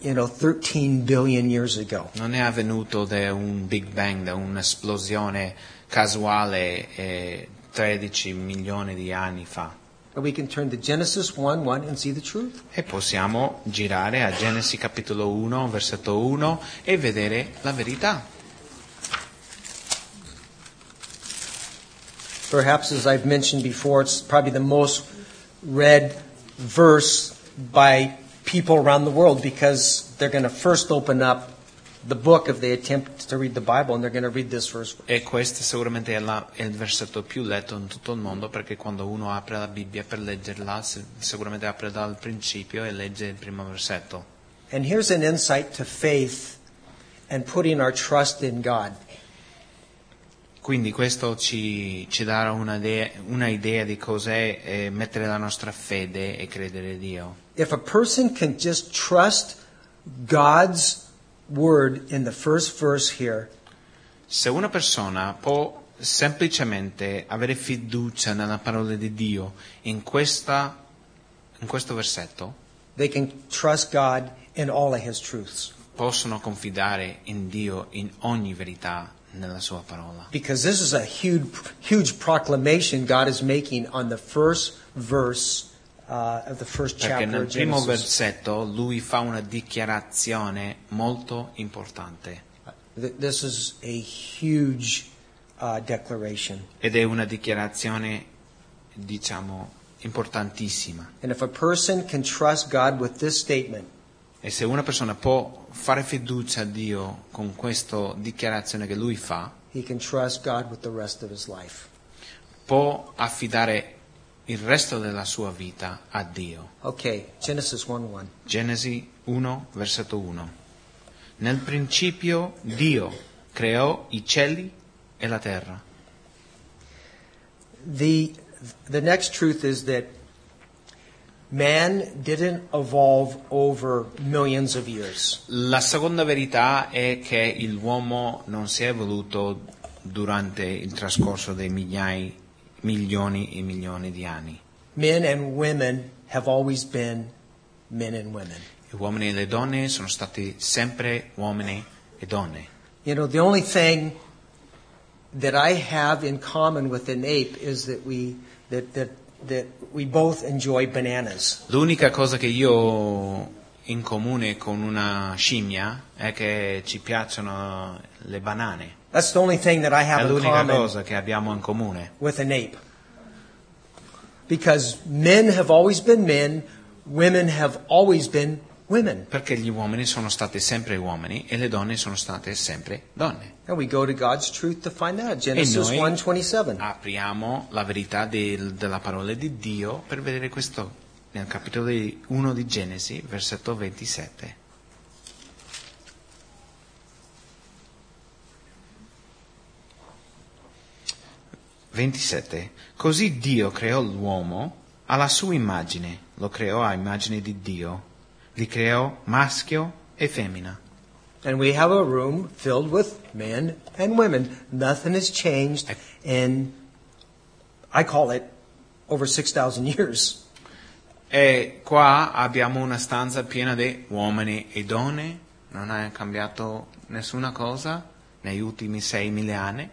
S1: you know, 13 billion years ago.
S2: Non è avvenuto da un Big Bang, da un'esplosione casuale eh, 13 milioni di anni fa.
S1: And we can turn to Genesis 1 1 and see the truth.
S2: E possiamo girare a Genesi capitolo 1, versetto 1 e vedere la verità.
S1: Perhaps, as I've mentioned before, it's probably the most read verse by people around the world because they're going to first open up the book if they attempt to read the Bible and they're going to read this verse.
S2: E questo sicuramente è, la- è il versetto più letto in tutto il mondo perché quando uno apre la Bibbia per leggerla si- sicuramente apre dal principio e legge il primo versetto.
S1: And here's an insight to faith and putting our trust in God.
S2: Quindi questo ci, ci darà una idea, una idea di cos'è eh, mettere la nostra fede e credere Dio.
S1: If a person can just trust God's word in the first verse here,
S2: Se una persona può semplicemente avere fiducia nella parola di Dio in, questa- in questo versetto,
S1: they can trust God in all of his truths
S2: possono confidare in Dio in ogni verità nella sua parola.
S1: because this is a huge huge proclamation God is making on the first verse uh, of the first
S2: Perché
S1: chapter
S2: nel
S1: of
S2: primo
S1: Genesis.
S2: versetto lui fa una dichiarazione molto importante
S1: Th- This is a huge uh, declaration.
S2: ed è una dichiarazione, diciamo, importantissima.
S1: And if a person can trust God with this statement,
S2: E se una persona può fare fiducia a Dio con questa dichiarazione che lui fa,
S1: he can trust God with the rest of his life.
S2: può affidare il resto della sua vita a Dio.
S1: Okay, Genesis 1 1.
S2: Genesi 1, versetto 1. Nel principio Dio creò i cieli e la terra.
S1: The, the next truth is that man didn't evolve over millions of years.
S2: La seconda verità è che l'uomo non si è evoluto durante il trascorso dei migliai, milioni e milioni di anni.
S1: Men and women have always been men and women.
S2: Gli uomini e le donne sono stati sempre uomini e donne.
S1: You know, the only thing that I have in common with an ape is that we, that, that, that we both enjoy bananas.
S2: L'unica cosa che io ho in comune con una scimmia è che ci piacciono le banane.
S1: That's the only thing that I
S2: È
S1: have in
S2: l'unica
S1: common
S2: cosa che abbiamo in comune.
S1: with an ape. Because men have always been men, women have always been women.
S2: Perché gli uomini sono stati sempre uomini e le donne sono state sempre donne.
S1: And we go to God's truth to find that. Genesis
S2: noi-
S1: 1:27.
S2: Apriamo la verità del- della parola di Dio per vedere questo nel capitolo di- 1 di Genesi, versetto 27. (27) Così Dio creò l'uomo alla sua immagine, lo creò a immagine di Dio, li creò maschio e femmina.
S1: And we have a room filled with men and women. Nothing has changed in, I call it, over 6,000 years.
S2: E qua abbiamo una stanza piena di uomini e donne, non è cambiato nessuna cosa negli ultimi 6.000 anni.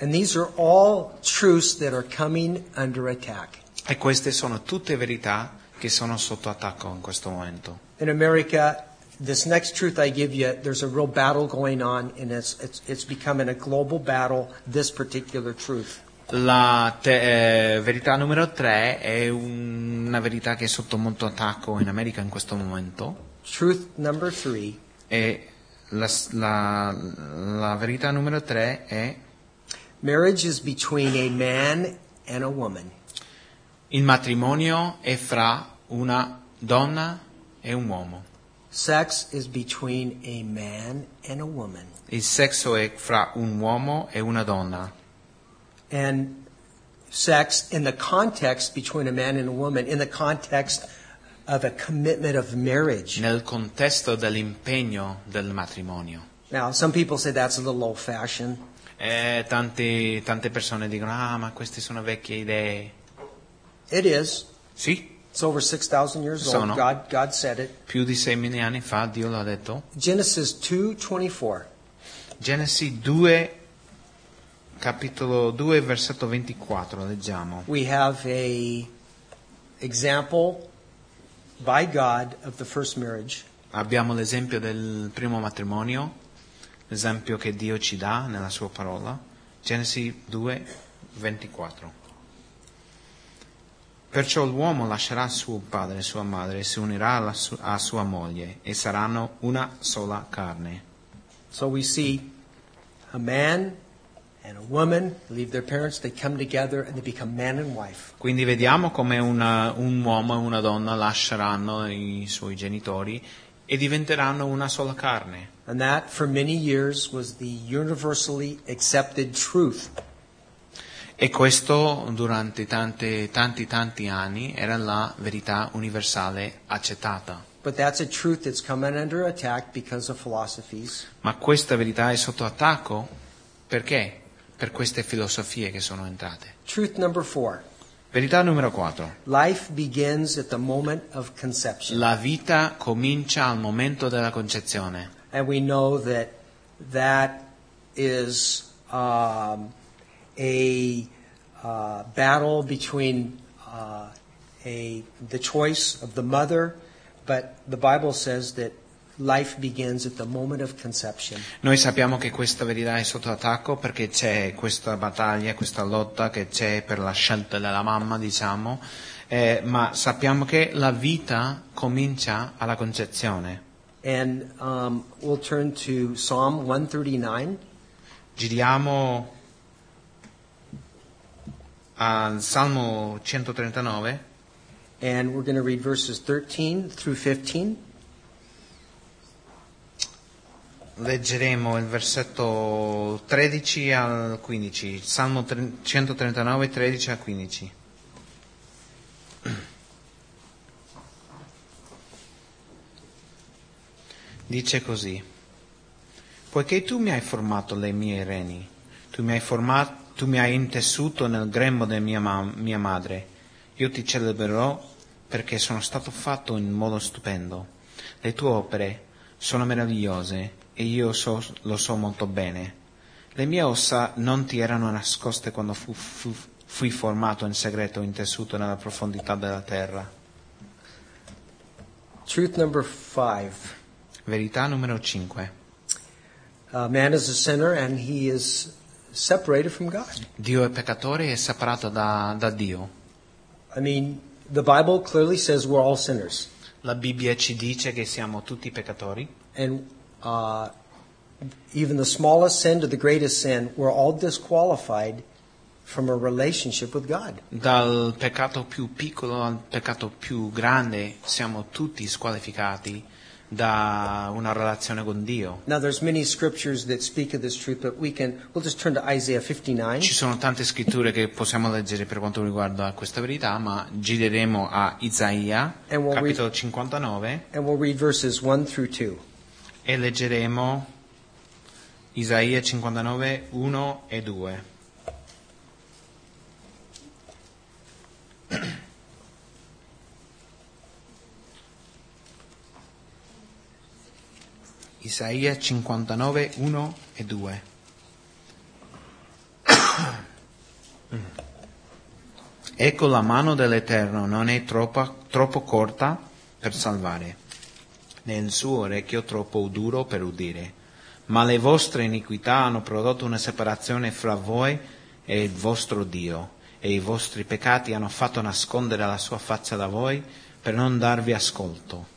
S1: And these are all truths that are coming under attack.
S2: E queste sono tutte verità che sono sotto attacco in questo momento.
S1: In America, this next truth I give you, there's a real battle going on, and it's, it's, it's becoming a global battle, this particular truth.
S2: La te- eh, verità numero 3 è un- una verità che è sotto molto attacco in America in questo momento.
S1: Truth number three
S2: E la, s- la- la verità numero 3 è
S1: marriage is between a man and a woman.
S2: il matrimonio è fra una donna e un uomo.
S1: Sex is between a man and a woman.
S2: Il sesso è fra un uomo e una donna.
S1: and sex in the context between a man and a woman, in the context of a commitment of marriage.
S2: Nel contesto dell'impegno del matrimonio.
S1: Now, some people say that's a little old fashioned.
S2: Eh, tanti- tante persone dicono, ah, ma queste sono vecchie idee.
S1: It is.
S2: Sì,
S1: It's over 6,000 years old.
S2: Sono.
S1: God, God said it.
S2: più di 6.000 anni fa Dio l'ha detto.
S1: Genesis 2:24.
S2: Genesi 2, capitolo 2, versetto 24, leggiamo.
S1: We have a example by God of the first marriage.
S2: Abbiamo l'esempio del primo matrimonio, l'esempio che Dio ci dà nella sua parola, Genesi 2, 24. Perciò l'uomo lascerà suo padre e sua madre, e si unirà alla su- a sua moglie, e saranno una sola carne.
S1: So we see a man and a woman leave their parents, they come together and they become man and wife.
S2: Quindi vediamo come una- un uomo e una donna lasceranno i suoi genitori e diventeranno una sola carne.
S1: And that, for many years, was the universally accepted truth.
S2: E questo durante tanti, tanti, tanti anni era la verità universale accettata.
S1: But that's a truth that's coming under attack because of philosophies.
S2: Ma questa verità è sotto attacco perché? Per queste filosofie che sono entrate.
S1: Truth number four
S2: Verità numero 4.
S1: life begins at the moment of conception.
S2: La vita comincia al momento della concezione
S1: And we know that that is um, a uh, battle between uh, a, the choice of the mother, but the Bible says that life begins at the moment of conception.
S2: Noi sappiamo che questa verità è sotto attacco perché c'è questa battaglia, questa lotta che c'è per la scelta della mamma, diciamo, eh, ma sappiamo che la vita comincia alla concezione.
S1: And um, we'll turn to Psalm 139.
S2: Giriamo al Salmo 139,
S1: And we're going to read verses 13 through 15.
S2: leggeremo il versetto 13 al 15, Salmo tre- 139, 13 al 15. Dice così, poiché tu mi hai formato le mie reni, tu mi hai, forma- tu mi hai intessuto nel grembo di mia, ma- mia madre, io ti celebrerò perché sono stato fatto in modo stupendo. Le tue opere sono meravigliose e io so- lo so molto bene. Le mie ossa non ti erano nascoste quando fu- fu- fui formato in segreto, intessuto nella profondità della terra.
S1: Truth number five
S2: Verità numero 5.
S1: Uh, man is a sinner and he is separated from God.
S2: Dio è peccatore e separato da, da Dio.
S1: I mean, the Bible clearly says we're all sinners.
S2: La Bibbia ci dice che siamo tutti peccatori
S1: And uh, even the smallest sin to the greatest sin, we're all disqualified from a relationship with God.
S2: Dal peccato più piccolo al peccato più grande siamo tutti squalificati da una relazione con Dio.
S1: Now, there's many scriptures that speak of this truth, but we can we'll just turn to Isaiah 59.
S2: Ci sono tante scritture che possiamo leggere per quanto riguarda questa verità, ma gireremo a Isaia,
S1: E vuoi-
S2: capitolo 59,
S1: And we'll read verses 1 through 2.
S2: e leggeremo Isaia 59, 1 e 2. Isaia 59, 1 e 2. Ecco la mano dell'Eterno non è troppa- troppo corta per salvare, né il suo orecchio troppo duro per udire. Ma le vostre iniquità hanno prodotto una separazione fra voi e il vostro Dio, e i vostri peccati hanno fatto nascondere la sua faccia da voi per non darvi ascolto.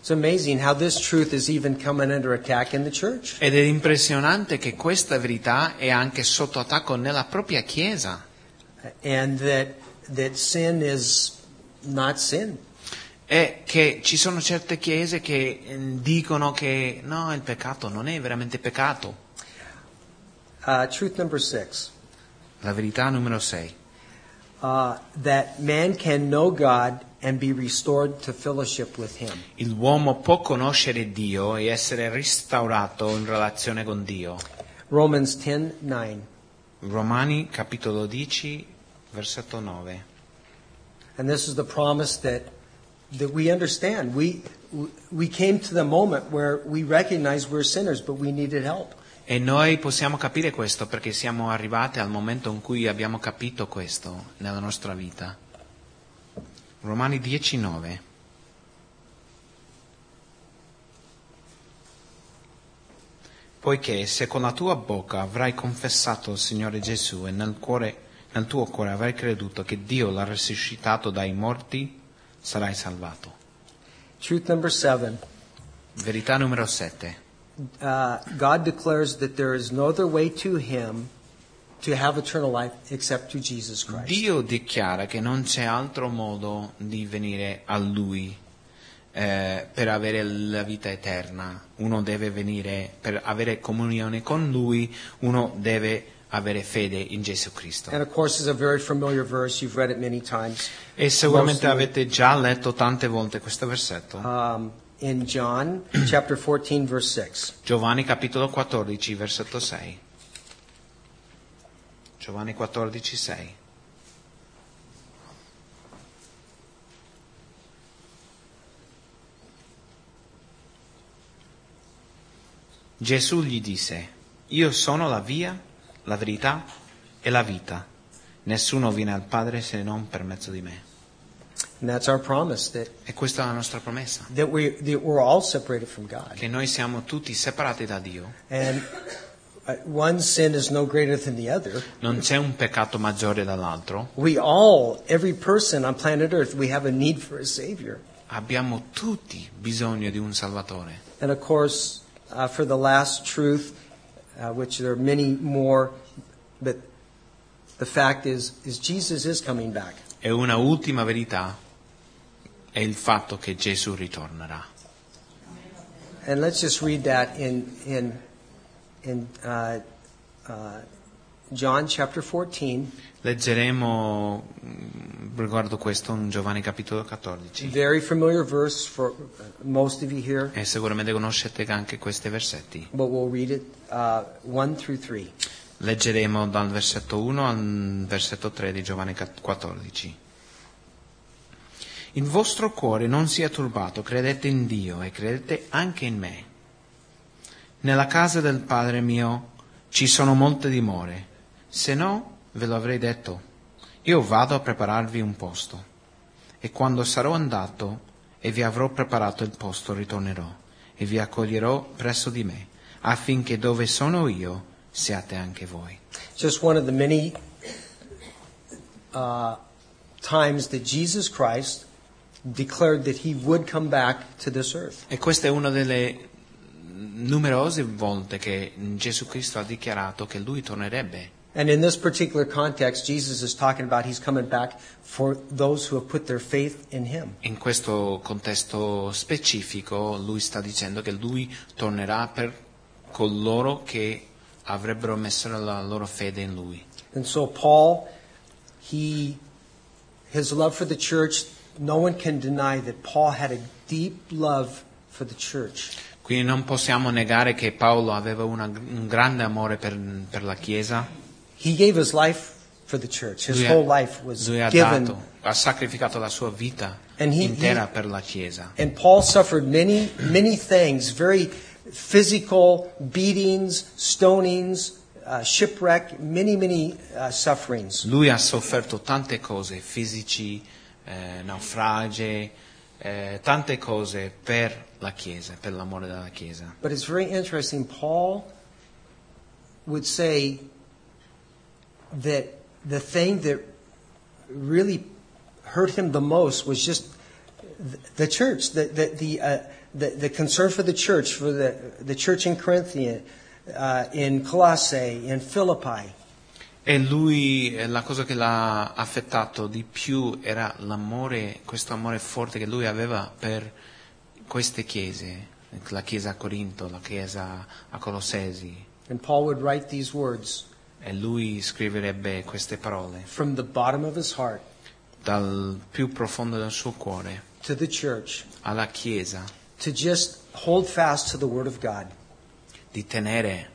S1: It's amazing how this truth is even coming under attack in the church.
S2: Ed è impressionante che questa verità è anche sotto attacco nella propria Chiesa.
S1: And that, that sin is not sin.
S2: È che ci sono certe chiese che eh, dicono che no, il peccato non è veramente peccato.
S1: Uh, truth number six
S2: La verità numero 6.
S1: uh, that man can know God and be restored to fellowship with Him.
S2: L'uomo può conoscere Dio e essere restaurato in relazione con Dio.
S1: Romans 10 9.
S2: Romani capitolo 10, versetto 9.
S1: And this is the promise that, that we understand. We, we came to the moment where we recognize we're sinners, but we needed help.
S2: E noi possiamo capire questo perché siamo arrivati al momento in cui abbiamo capito questo nella nostra vita. Romani 19. Poiché se con la tua bocca avrai confessato il Signore Gesù e nel, cuore- nel tuo cuore avrai creduto che Dio l'ha risuscitato dai morti, sarai salvato.
S1: Truth number seven
S2: Verità numero 7.
S1: uh, God declares that there is no other way to Him to have eternal life except through Jesus Christ.
S2: Dio dichiara che non c'è altro modo di venire a Lui eh, per avere la vita eterna. Uno deve venire per avere comunione con Lui, uno deve avere fede in Gesù
S1: And
S2: Cristo.
S1: of course, it's a very familiar verse. You've read it many times.
S2: E sicuramente
S1: Mostly-
S2: avete già letto tante volte questo versetto.
S1: Um, in John chapter 14, verse 6.
S2: Giovanni capitolo 14, versetto 6. Giovanni 14, 6. Gesù gli disse, io sono la via, la verità e la vita. Nessuno viene al Padre se non per mezzo di me.
S1: And that's our promise that,
S2: E questa è la nostra promessa,
S1: that, we, that we're all separated from God.
S2: che noi siamo tutti separati da Dio.
S1: And uh, one sin is no greater than the other.
S2: Non c'è un peccato maggiore dall'altro.
S1: We all, every person on planet Earth, we have a need for a Savior.
S2: Abbiamo tutti bisogno di un Salvatore.
S1: And of course, uh, for the last truth, uh, which there are many more, but the fact is, is Jesus is coming back.
S2: E una ultima verità è il fatto che Gesù ritornerà.
S1: And let's just read that in in in uh, uh, John chapter 14,
S2: Leggeremo mm, riguardo questo in Giovanni capitolo 14
S1: very familiar verse for most of you here,
S2: e sicuramente conoscete anche questi versetti.
S1: but we'll read it uh, one through three.
S2: Leggeremo dal versetto 1 al versetto 3 di Giovanni cat- 14. Il vostro cuore non sia turbato, credete in Dio e credete anche in me. Nella casa del Padre mio ci sono molte dimore, se no ve lo avrei detto. Io vado a prepararvi un posto. E quando sarò andato e vi avrò preparato il posto, ritornerò e vi accoglierò presso di me, affinché dove sono io siate anche voi.
S1: Just one of the many uh, times that Jesus Christ declared that he would come back to this earth.
S2: E questa è una delle numerose volte che Gesù Cristo ha dichiarato che lui tornerebbe.
S1: And in this particular context, Jesus is talking about he's coming back for those who have put their faith in him.
S2: In questo contesto specifico lui sta dicendo che lui tornerà per coloro che avrebbero messo la loro fede in lui.
S1: And so Paul, he, his love for the church, no one can deny that Paul had a deep love for the church.
S2: Quindi non possiamo negare che Paolo aveva una- un grande amore per, per la Chiesa.
S1: He gave his life for the church. His
S2: Lui ha-
S1: whole life was
S2: Lui ha,
S1: given.
S2: dato, ha sacrificato la sua vita
S1: And he-
S2: intera
S1: he-
S2: per la Chiesa.
S1: And Paul suffered many, many things, very physical beatings, stonings, uh, shipwreck, many, many uh, sufferings.
S2: Lui ha sofferto tante cose, fisici, eh, naufrage, eh, tante cose per la Chiesa, per l'amore della Chiesa.
S1: But it's very interesting. Paul would say that the thing that really hurt him the most was just th- the church, the the the, uh, the, the concern for the church, for the the church in Corinthian, uh, in Colossae, in Philippi.
S2: E lui, eh, la cosa che l'ha affettato di più era l'amore, questo amore forte che lui aveva per queste chiese, la chiesa a Corinto, la chiesa a Colossesi.
S1: And Paul would write these words
S2: E lui scriverebbe queste parole
S1: from the bottom of his heart
S2: dal più profondo del suo cuore
S1: to the church
S2: alla chiesa
S1: to just hold fast to the word of God,
S2: di tenere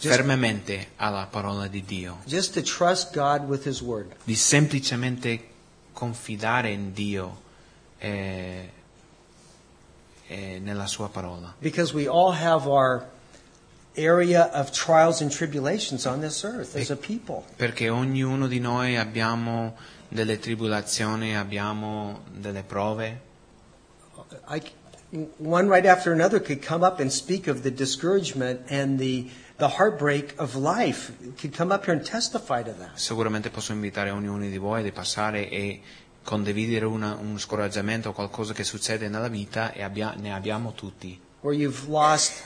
S1: Just-
S2: fermamente alla parola di Dio,
S1: just to trust God with his word.
S2: di semplicemente confidare in Dio e, e eh, nella sua parola.
S1: Because we all have our area of trials and tribulations on this earth as a people.
S2: Perché ognuno di noi abbiamo delle tribolazioni, abbiamo delle prove.
S1: I, one right after another could come up and speak of the discouragement and the, the heartbreak of life, could come up here and testify to that.
S2: Sicuramente posso invitare ognuno di voi di passare e condividere una- un scoraggiamento o qualcosa che succede nella vita e abbia- ne abbiamo tutti.
S1: Where you've lost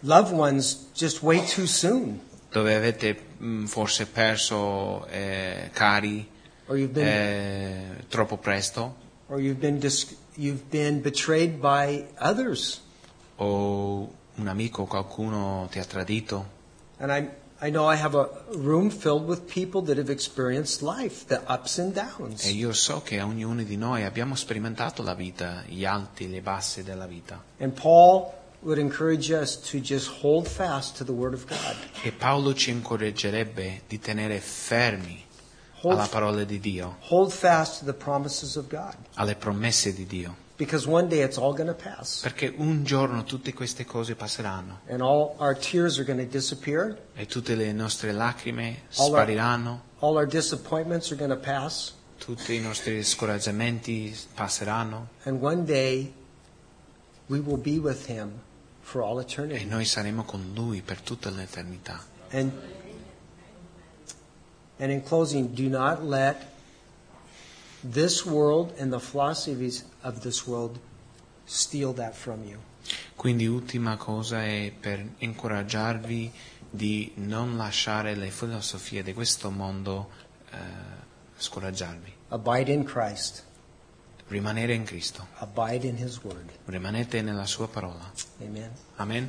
S1: loved ones just way too soon,
S2: Dove avete mh, forse perso eh, cari
S1: or you've been,
S2: eh, troppo presto
S1: or you've been, dis, you've been betrayed by others.
S2: o un amico o qualcuno ti ha tradito.
S1: And I, I know I have a room filled with people that have experienced life, the ups and downs.
S2: E io so che ognuno di noi abbiamo sperimentato la vita, gli alti, le bassi della vita.
S1: And Paul would encourage us to just hold fast to the Word of God.
S2: E Paolo ci incoraggerebbe di tenere fermi alla
S1: Hold,
S2: parola di Dio,
S1: hold fast to the promises of God.
S2: alle promesse di Dio,
S1: Because one day it's all going to pass.
S2: perché un giorno tutte queste cose passeranno
S1: And all our tears are going to disappear.
S2: e tutte le nostre lacrime
S1: Allora-
S2: spariranno,
S1: All our disappointments are going to pass.
S2: tutti i nostri scoraggiamenti passeranno
S1: And one day we will be with Him for all
S2: e
S1: eternity.
S2: noi saremo con Lui per tutta l'eternità.
S1: And, and in closing, do not let this world and the philosophies of this world steal that from you.
S2: Quindi ultima cosa è per incoraggiarvi di non lasciare le filosofie di questo mondo eh, scoraggiarvi.
S1: Abide in Christ.
S2: Rimanere in Cristo,
S1: Abide in his word.
S2: rimanete nella sua parola.
S1: Amen.
S2: Amen.